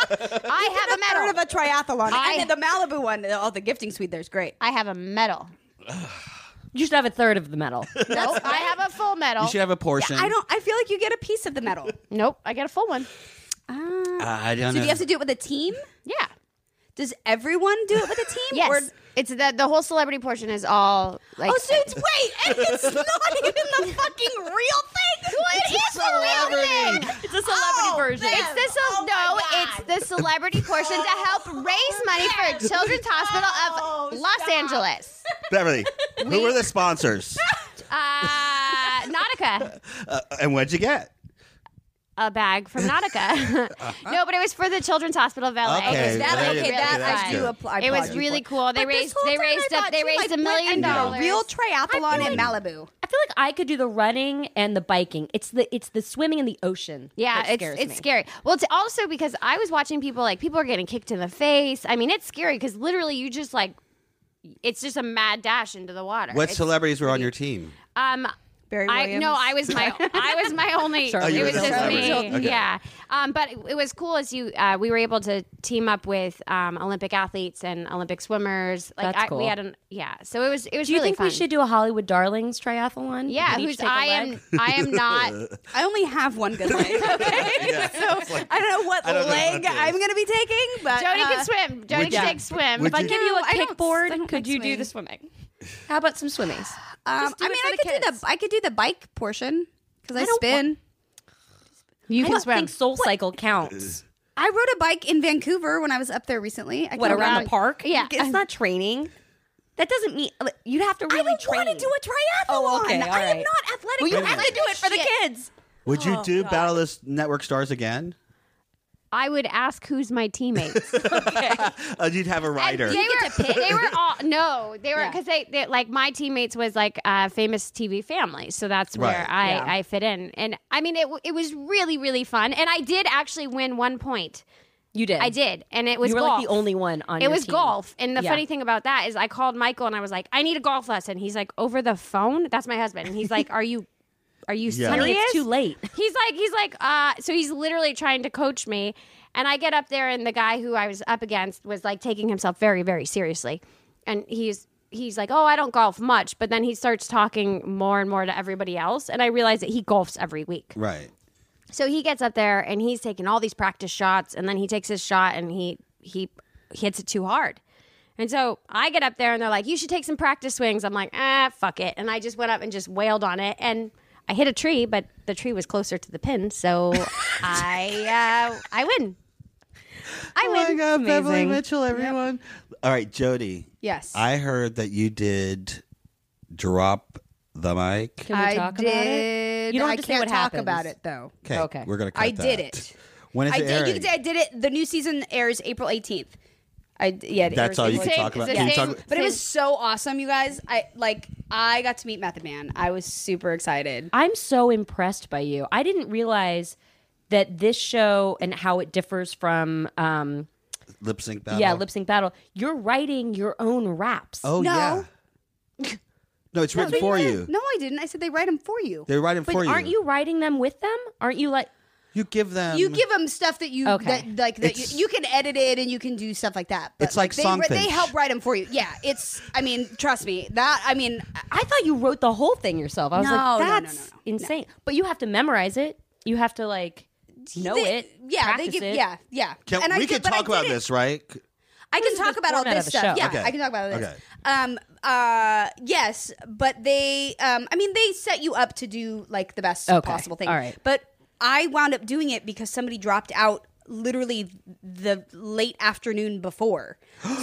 Speaker 5: I have a
Speaker 3: third of
Speaker 5: medal.
Speaker 3: a triathlon.
Speaker 5: I-
Speaker 3: I did the Malibu one. Oh, the gifting suite there's great.
Speaker 5: I have a medal.
Speaker 1: you should have a third of the medal.
Speaker 5: Nope, I have a full medal.
Speaker 2: You should have a portion.
Speaker 3: I don't. I feel like you get a piece of the medal.
Speaker 5: Nope, I get a full one.
Speaker 2: Uh, I don't
Speaker 3: So do
Speaker 2: know.
Speaker 3: you have to do it with a team?
Speaker 5: Yeah.
Speaker 3: Does everyone do it with a team?
Speaker 5: Yes.
Speaker 3: Or,
Speaker 5: it's the the whole celebrity portion is all like.
Speaker 3: oh, so it's wait, and it's not even the fucking real thing. What is
Speaker 5: It's a celebrity.
Speaker 1: it's a celebrity version.
Speaker 5: It's the ce-
Speaker 3: Oh,
Speaker 5: no,
Speaker 3: my
Speaker 5: it's the celebrity portion to help raise money for Children's Hospital of Los Angeles.
Speaker 2: Beverly, who were the sponsors?
Speaker 5: Uh, Nautica,
Speaker 2: Uh, and what'd you get?
Speaker 5: a bag from Nautica. no, but it was for the Children's Hospital of LA.
Speaker 2: Okay,
Speaker 5: It was
Speaker 2: that-
Speaker 5: really,
Speaker 2: okay,
Speaker 5: really
Speaker 2: that I
Speaker 5: fun.
Speaker 2: do
Speaker 3: apply-
Speaker 5: It was
Speaker 3: applaud you
Speaker 5: really
Speaker 3: for.
Speaker 5: cool. They
Speaker 3: But this
Speaker 5: raised
Speaker 3: whole
Speaker 5: they
Speaker 3: time I
Speaker 5: raised
Speaker 3: thought
Speaker 5: a, they
Speaker 3: you, like,
Speaker 5: raised a
Speaker 3: went
Speaker 5: million
Speaker 3: and did
Speaker 5: dollars.
Speaker 3: A real triathlon in Malibu.
Speaker 1: I feel like I could do the running and the biking. It's the it's the swimming in the ocean.
Speaker 5: Yeah,
Speaker 1: that
Speaker 5: it's
Speaker 1: scares
Speaker 5: it's
Speaker 1: me.
Speaker 5: scary. Well, it's also because I was watching people like people are getting kicked in the face. I mean, it's scary because literally you just like it's just a mad dash into the water.
Speaker 2: What
Speaker 5: It's-
Speaker 2: celebrities were on your team?
Speaker 5: Um,
Speaker 3: Barry
Speaker 5: I no,
Speaker 3: Williams.
Speaker 5: I was my I was my only.
Speaker 1: Sorry. Oh,
Speaker 5: it
Speaker 1: you
Speaker 5: was
Speaker 1: were the
Speaker 5: just me.
Speaker 2: celebrity. Okay.
Speaker 5: Yeah, um, but it, it was cool as you uh, we were able to team up with um, Olympic athletes and Olympic swimmers. Like
Speaker 1: That's
Speaker 5: I, we
Speaker 1: cool.
Speaker 5: had an yeah, so it was it was
Speaker 1: Do you
Speaker 5: really
Speaker 1: think
Speaker 5: fun.
Speaker 1: we should do a Hollywood Darlings triathlon?
Speaker 5: yeah,
Speaker 1: We could
Speaker 5: who's
Speaker 1: each take a
Speaker 5: I
Speaker 1: leg?
Speaker 5: am I am not
Speaker 3: I only have one good leg. so I don't know what
Speaker 2: I don't know
Speaker 3: leg
Speaker 2: what it is.
Speaker 3: I'm going to be taking, but
Speaker 5: Jody
Speaker 3: uh,
Speaker 5: can swim. Jody
Speaker 2: would
Speaker 5: can
Speaker 2: you-
Speaker 5: take swim.
Speaker 2: would
Speaker 5: If I
Speaker 2: you-
Speaker 5: give
Speaker 1: you a
Speaker 3: I don't-
Speaker 1: kickboard?
Speaker 3: I don't
Speaker 1: could
Speaker 3: like
Speaker 1: you do
Speaker 3: swimming.
Speaker 1: the swimmings? How about some swimmies?
Speaker 3: Um,
Speaker 1: do
Speaker 3: I
Speaker 1: it
Speaker 3: mean,
Speaker 1: for
Speaker 3: I
Speaker 1: the
Speaker 3: could do
Speaker 1: kids.
Speaker 3: the I could do the bike portion because I,
Speaker 1: don't
Speaker 3: spin.
Speaker 5: you
Speaker 1: I
Speaker 5: can
Speaker 1: don't
Speaker 5: swim.
Speaker 1: think Soul Cycle counts.
Speaker 3: I rode a bike in Vancouver when I was up there recently. I
Speaker 1: What
Speaker 3: can-
Speaker 1: around the park?
Speaker 5: Yeah.
Speaker 1: it's not training. That doesn't mean like, you'd have to
Speaker 3: I
Speaker 1: really
Speaker 3: don't
Speaker 1: train.
Speaker 3: want to do a triathlon.
Speaker 1: Oh, okay, all
Speaker 3: I am
Speaker 1: right.
Speaker 3: not athletic.
Speaker 1: well, you
Speaker 3: enough
Speaker 1: have to do it for the kids.
Speaker 2: Would
Speaker 3: Oh,
Speaker 2: you do Battle of the Network Stars again?
Speaker 5: I would ask who's my teammates.
Speaker 2: Uh, you'd have a rider.
Speaker 5: And They were, they were all no, they were because they, they like my teammates was like uh, famous TV family, so that's where
Speaker 2: Right.
Speaker 5: I, I fit in. And I mean, it w- it was really really fun, and I did actually win one point.
Speaker 1: You did.
Speaker 5: I did, and it was
Speaker 1: You were
Speaker 5: golf.
Speaker 1: like the only one on.
Speaker 5: It
Speaker 1: your
Speaker 5: was
Speaker 1: team.
Speaker 5: golf, and the
Speaker 1: Yeah.
Speaker 5: funny thing about that is I called Michael and I was like, I need a golf lesson. He's like, over the phone. That's my husband, and he's like, Are you, are you
Speaker 2: Yeah.
Speaker 1: Honey,
Speaker 5: serious?
Speaker 1: it's too late.
Speaker 5: He's like, he's like, uh, so he's literally trying to coach me. And I get up there, and the guy who I was up against was like taking himself very, very seriously. And he's, he's like, oh, I don't golf much. But then he starts talking more and more to everybody else. And I realize that he golfs every week.
Speaker 2: right.
Speaker 5: So he gets up there and he's taking all these practice shots, and then he takes his shot and he he hits it too hard. And so I get up there and they're like, "You should take some practice swings." I'm like, "Ah, fuck it," and I just went up and just wailed on it and. I hit a tree, but the tree was closer to the pin, so I uh, I win. I
Speaker 2: Oh my
Speaker 5: win.
Speaker 2: God, Beverly Mitchell, everyone. All right, Jody.
Speaker 3: Yes.
Speaker 2: I heard that you did drop the mic.
Speaker 1: Can we talk
Speaker 3: I
Speaker 1: about it?
Speaker 3: did.
Speaker 1: You don't
Speaker 3: I
Speaker 1: have to say
Speaker 3: can't
Speaker 1: what
Speaker 3: talk
Speaker 1: happens.
Speaker 3: about it though.
Speaker 2: Okay.
Speaker 1: Okay.
Speaker 2: We're gonna. Cut
Speaker 3: I did
Speaker 2: that.
Speaker 3: it.
Speaker 2: When is
Speaker 3: I
Speaker 2: it
Speaker 3: did. You
Speaker 2: airing?
Speaker 3: can say I did it. The new season airs April 18th. I d- yeah. It airs
Speaker 2: That's all you
Speaker 3: April
Speaker 2: can
Speaker 3: 18th.
Speaker 2: talk about.
Speaker 5: the
Speaker 2: Can you
Speaker 5: same-
Speaker 2: talk?
Speaker 3: But it was so awesome, you guys. I like. I got to meet Method Man. I was super excited.
Speaker 1: I'm so impressed by you. I didn't realize that this show and how it differs from um,
Speaker 2: lip sync
Speaker 7: Oh.
Speaker 2: battle.
Speaker 1: yeah lip sync battle. You're writing your own raps.
Speaker 2: Oh yeah.
Speaker 7: No, it's written for you.
Speaker 3: No, I didn't. I said they write them for you.
Speaker 7: They write them
Speaker 1: But
Speaker 7: for you.
Speaker 1: aren't you writing them with them? Aren't you like
Speaker 7: You give them.
Speaker 3: You give them stuff that you
Speaker 1: Okay.
Speaker 3: that, like that
Speaker 7: It's-
Speaker 3: you, you can edit it and you can do stuff like that.
Speaker 7: It's like
Speaker 3: they,
Speaker 7: Songfinch.
Speaker 3: they help write them for you. Yeah, it's. I mean, trust me. That I mean,
Speaker 1: I thought you wrote the whole thing yourself. I was
Speaker 3: No, no,
Speaker 1: like,
Speaker 3: no, no,
Speaker 1: that's
Speaker 3: no, no.
Speaker 1: insane. But you have to memorize it. You have to like know
Speaker 3: they-
Speaker 1: it.
Speaker 3: Yeah, they
Speaker 1: practice
Speaker 3: give.
Speaker 1: it.
Speaker 3: Yeah, yeah.
Speaker 7: Can,
Speaker 3: And I
Speaker 7: we
Speaker 3: did-
Speaker 7: could
Speaker 3: but I
Speaker 7: talk about
Speaker 3: did it-
Speaker 7: this, right?
Speaker 3: I can talk about all
Speaker 1: format
Speaker 3: this
Speaker 1: of the
Speaker 3: stuff.
Speaker 1: show.
Speaker 3: Yeah,
Speaker 7: Okay.
Speaker 3: I can talk about all this.
Speaker 7: Okay.
Speaker 3: Um. Uh. Yes, but they. Um. I mean, they set you up to do like the best
Speaker 1: Okay.
Speaker 3: possible thing.
Speaker 1: All right.
Speaker 3: But I wound up doing it because somebody dropped out literally the late afternoon before,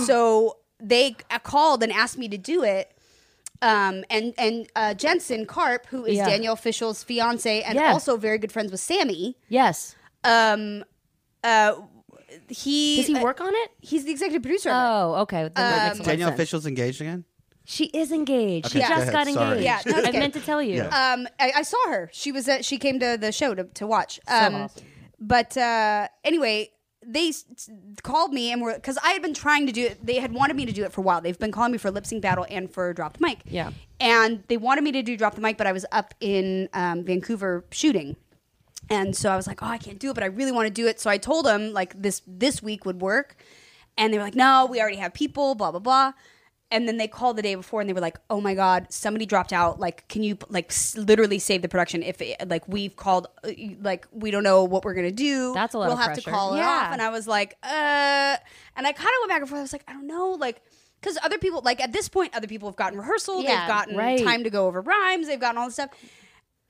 Speaker 3: so they uh, called and asked me to do it. Um, and and uh, Jensen Karp, who is
Speaker 1: Yeah.
Speaker 3: Danielle Fishel's fiance and
Speaker 1: Yeah.
Speaker 3: also very good friends with Sammy,
Speaker 1: Yes.
Speaker 3: um, uh, he uh,
Speaker 1: Does he work on it?
Speaker 3: He's the executive producer. of it.
Speaker 1: Uh, Oh, okay. Then that makes a lot of
Speaker 7: Danielle
Speaker 1: sense.
Speaker 7: Fishel's engaged again?
Speaker 1: She is engaged.
Speaker 7: Um, Okay,
Speaker 1: she
Speaker 7: go
Speaker 1: just
Speaker 7: ahead.
Speaker 1: got engaged.
Speaker 7: Sorry.
Speaker 3: Yeah, no, it's
Speaker 1: I
Speaker 3: okay.
Speaker 1: meant to tell you.
Speaker 7: Yeah.
Speaker 3: um, I, I saw her. She was at, she came to the show to, to watch. Um,
Speaker 1: awesome.
Speaker 3: But uh, anyway, they s- s- called me and were because I had been trying to do it. They had wanted me to do it for a while. They've been calling me for lip sync battle and for drop the mic.
Speaker 1: Yeah.
Speaker 3: and they wanted me to do drop the mic, but I was up in um, Vancouver shooting. And so I was like, "Oh, I can't do it, but I really want to do it." So I told them like this this week would work, and they were like, "No, we already have people." Blah blah blah. And then they called the day before, and they were like, "Oh my God, somebody dropped out. Like, can you like s- literally save the production? If it, like we've called, uh, like we don't know what we're gonna do.
Speaker 1: That's a lot
Speaker 3: We'll
Speaker 1: of
Speaker 3: have to
Speaker 1: pressure.
Speaker 3: call it
Speaker 1: Yeah.
Speaker 3: off." And I was like, "Uh," and I kind of went back and forth. I was like, "I don't know, like." Because other people, like at this point, other people have gotten rehearsal.
Speaker 5: Yeah,
Speaker 3: they've gotten
Speaker 1: right.
Speaker 3: time to go over rhymes. They've gotten all this stuff.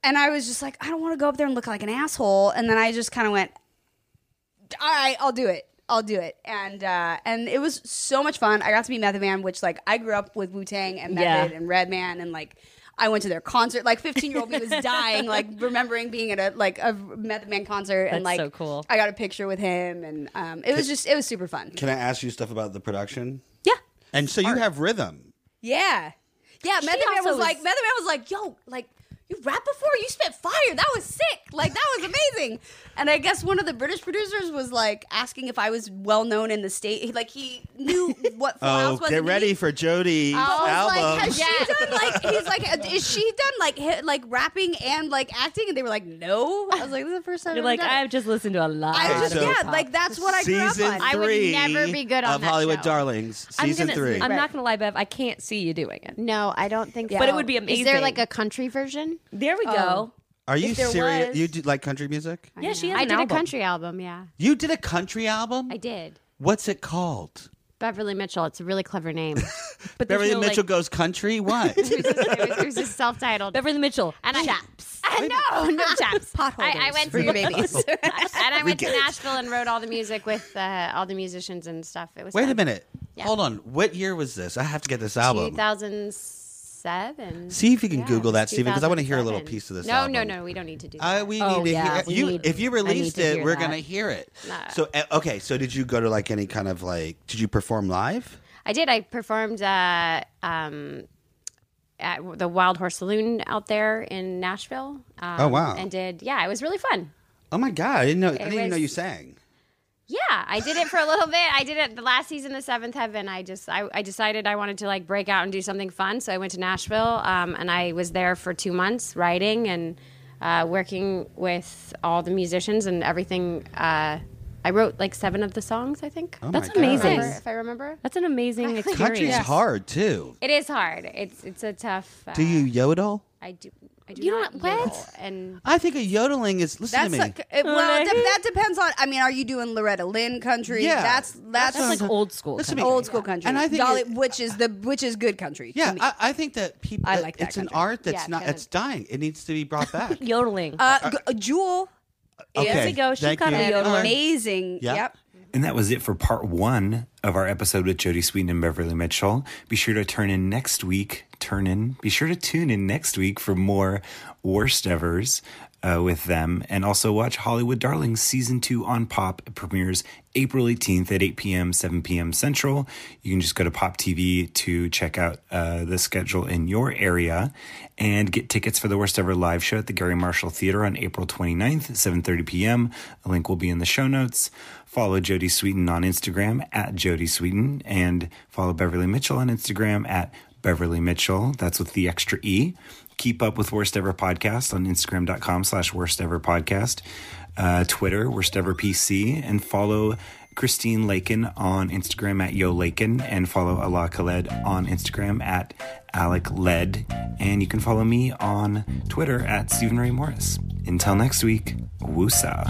Speaker 3: And I was just like, I don't want to go up there and look like an asshole. And then I just kind of went, all right, I'll do it. I'll do it. And uh, and it was so much fun. I got to meet Method Man, which like I grew up with Wu Tang and Method
Speaker 1: Yeah.
Speaker 3: and Redman and like I went to their concert. Like fifteen year old me was dying, like remembering being at a like a Method Man concert and
Speaker 1: That's
Speaker 3: like
Speaker 1: so cool.
Speaker 3: I got a picture with him and um, it was just it was super fun.
Speaker 7: Can I ask you stuff about the production?
Speaker 3: Yeah.
Speaker 7: And so you have rhythm.
Speaker 3: Yeah. Yeah, Method Man
Speaker 1: also
Speaker 3: was like
Speaker 1: was-
Speaker 3: Method Man was like, "Yo, like you rap before you spit fire. That was sick. Like that was amazing." And I guess one of the British producers was like asking if I was well known in the state. He- Like he knew what Full
Speaker 7: Oh,
Speaker 3: House was.
Speaker 7: get
Speaker 3: and he-
Speaker 7: ready for Jody's
Speaker 3: I was
Speaker 7: album.
Speaker 3: like, has she done like? He's like, uh, is she done like hit, like rapping and like acting? And they were like, no. I was like, this is the first time.
Speaker 1: You're like,
Speaker 3: I've done it.
Speaker 1: I've just listened to a lot.
Speaker 3: I
Speaker 7: Okay,
Speaker 3: just
Speaker 7: so-
Speaker 1: of
Speaker 3: yeah, like that's what I grew up
Speaker 7: season
Speaker 3: on.
Speaker 5: I would
Speaker 7: three
Speaker 5: never be good on
Speaker 7: of
Speaker 5: that
Speaker 7: Hollywood
Speaker 5: show.
Speaker 7: Darlings. Season
Speaker 5: gonna-
Speaker 7: three.
Speaker 1: I'm not gonna lie, Bev. I can't see you doing it.
Speaker 5: No, I don't think.
Speaker 1: But it
Speaker 5: so.
Speaker 1: would be
Speaker 5: Is there
Speaker 1: amazing.
Speaker 5: like a country version?
Speaker 1: There we go.
Speaker 7: Are you
Speaker 1: If there
Speaker 7: serious?
Speaker 1: was-
Speaker 7: You do, like country music?
Speaker 1: yeah, she has
Speaker 5: I
Speaker 1: an
Speaker 5: did
Speaker 1: album.
Speaker 5: a country album. Yeah,
Speaker 7: You did a country album?
Speaker 5: I did.
Speaker 7: What's it called?
Speaker 5: Beverly Mitchell. It's a really clever name.
Speaker 1: But there's
Speaker 7: Beverly
Speaker 1: no,
Speaker 7: Mitchell
Speaker 1: Like,
Speaker 7: Goes Country? What?
Speaker 5: it, was, it was- it was just self-titled.
Speaker 1: Beverly Mitchell.
Speaker 5: and I, chaps. no, no chaps. I, I went to babies. and I went to Nashville and wrote all the music with uh, all the musicians and stuff. It was
Speaker 7: Wait a
Speaker 5: fun.
Speaker 7: minute.
Speaker 5: Yeah.
Speaker 7: Hold on. What year was this? I have to get this album.
Speaker 5: 2007.
Speaker 7: See if you can
Speaker 5: Yeah,
Speaker 7: Google
Speaker 5: it was
Speaker 7: that, Stephen, because I want to hear a little
Speaker 5: 2007.
Speaker 7: piece of this
Speaker 5: No, no,
Speaker 7: album.
Speaker 5: no. We don't need to do that.
Speaker 7: Uh, we
Speaker 1: Oh,
Speaker 7: need to
Speaker 1: yeah,
Speaker 7: hear
Speaker 1: we
Speaker 7: you.
Speaker 1: need-
Speaker 7: if you
Speaker 1: I need
Speaker 7: released
Speaker 1: to
Speaker 7: it,
Speaker 1: hear
Speaker 7: we're
Speaker 1: that.
Speaker 7: gonna hear it.
Speaker 5: Nah.
Speaker 7: So uh, okay, so did you go to like any kind of like? Did you perform live?
Speaker 5: I did. I performed uh, um, at the Wild Horse Saloon out there in Nashville. Um,
Speaker 7: Oh, wow.
Speaker 5: And did yeah, it was really fun.
Speaker 7: Oh my god, I didn't know. I didn't even know
Speaker 5: was-
Speaker 7: you sang.
Speaker 5: Yeah, I did it for a little bit. I did it the last season of Seventh Heaven. I just I, I decided I wanted to like break out and do something fun, so I went to Nashville um, and I was there for two months writing and uh, working with all the musicians and everything. Uh, I wrote like seven of the songs, I think.
Speaker 7: Oh
Speaker 1: That's
Speaker 7: my
Speaker 1: amazing.
Speaker 7: God.
Speaker 5: Remember- if I remember.
Speaker 1: That's an amazing experience.
Speaker 7: Country's hard too.
Speaker 5: It is hard. It's it's a tough. Uh,
Speaker 7: Do you yodel?
Speaker 5: I do. I do
Speaker 1: You
Speaker 5: not
Speaker 1: don't- what?
Speaker 5: yodel, And
Speaker 7: I think a yodeling is. Listen
Speaker 3: That's
Speaker 7: to me.
Speaker 3: like, it- well, it de- that depends on. I mean, are you doing Loretta Lynn country?
Speaker 7: Yeah.
Speaker 3: that's that's,
Speaker 1: That's like old school.
Speaker 7: Listen to
Speaker 1: country.
Speaker 7: me.
Speaker 3: old school country.
Speaker 7: And I think
Speaker 3: Dolly,
Speaker 7: it-
Speaker 3: which is the which is good country. to
Speaker 7: yeah,
Speaker 3: me.
Speaker 7: I, I think that people.
Speaker 3: I like that
Speaker 7: It's an
Speaker 3: country.
Speaker 7: art that's
Speaker 5: Yeah,
Speaker 7: not.
Speaker 5: kinda.
Speaker 7: It's dying. It needs to be brought back.
Speaker 1: Yodeling.
Speaker 3: uh, g- uh, Jewel,
Speaker 7: okay.
Speaker 1: we go. She's
Speaker 7: thank
Speaker 1: got
Speaker 7: you.
Speaker 1: a
Speaker 3: an
Speaker 1: yodeler.
Speaker 7: All right.
Speaker 3: amazing.
Speaker 7: uh, Yeah.
Speaker 3: Yep.
Speaker 8: And that was it for part one of our episode with Jody Sweeten and Beverly Mitchell. Be sure to turn in next week. Turn in. Be sure to tune in next week for more worst evers uh, with them. And also watch Hollywood Darlings season two on Pop. It premieres April 18th at 8 p.m., 7 p.m. Central. You can just go to Pop TV to check out uh, the schedule in your area and get tickets for the worst ever live show at the Gary Marshall Theater on April 29th, 7:30 p.m. A link will be in the show notes. Follow Jody Sweeten on Instagram at Jody Sweeten and follow Beverly Mitchell on Instagram at Beverly Mitchell. That's with the extra E. Keep up with Worst Ever Podcast on Instagram.com slash Worst Ever Podcast, uh, Twitter, Worst Ever PC, and follow Christine Lakin on Instagram at Yo Lakin and follow Allah Khaled on Instagram at Alec Led. And you can follow me on Twitter at Stephen Ray Morris. Until next week, woosah.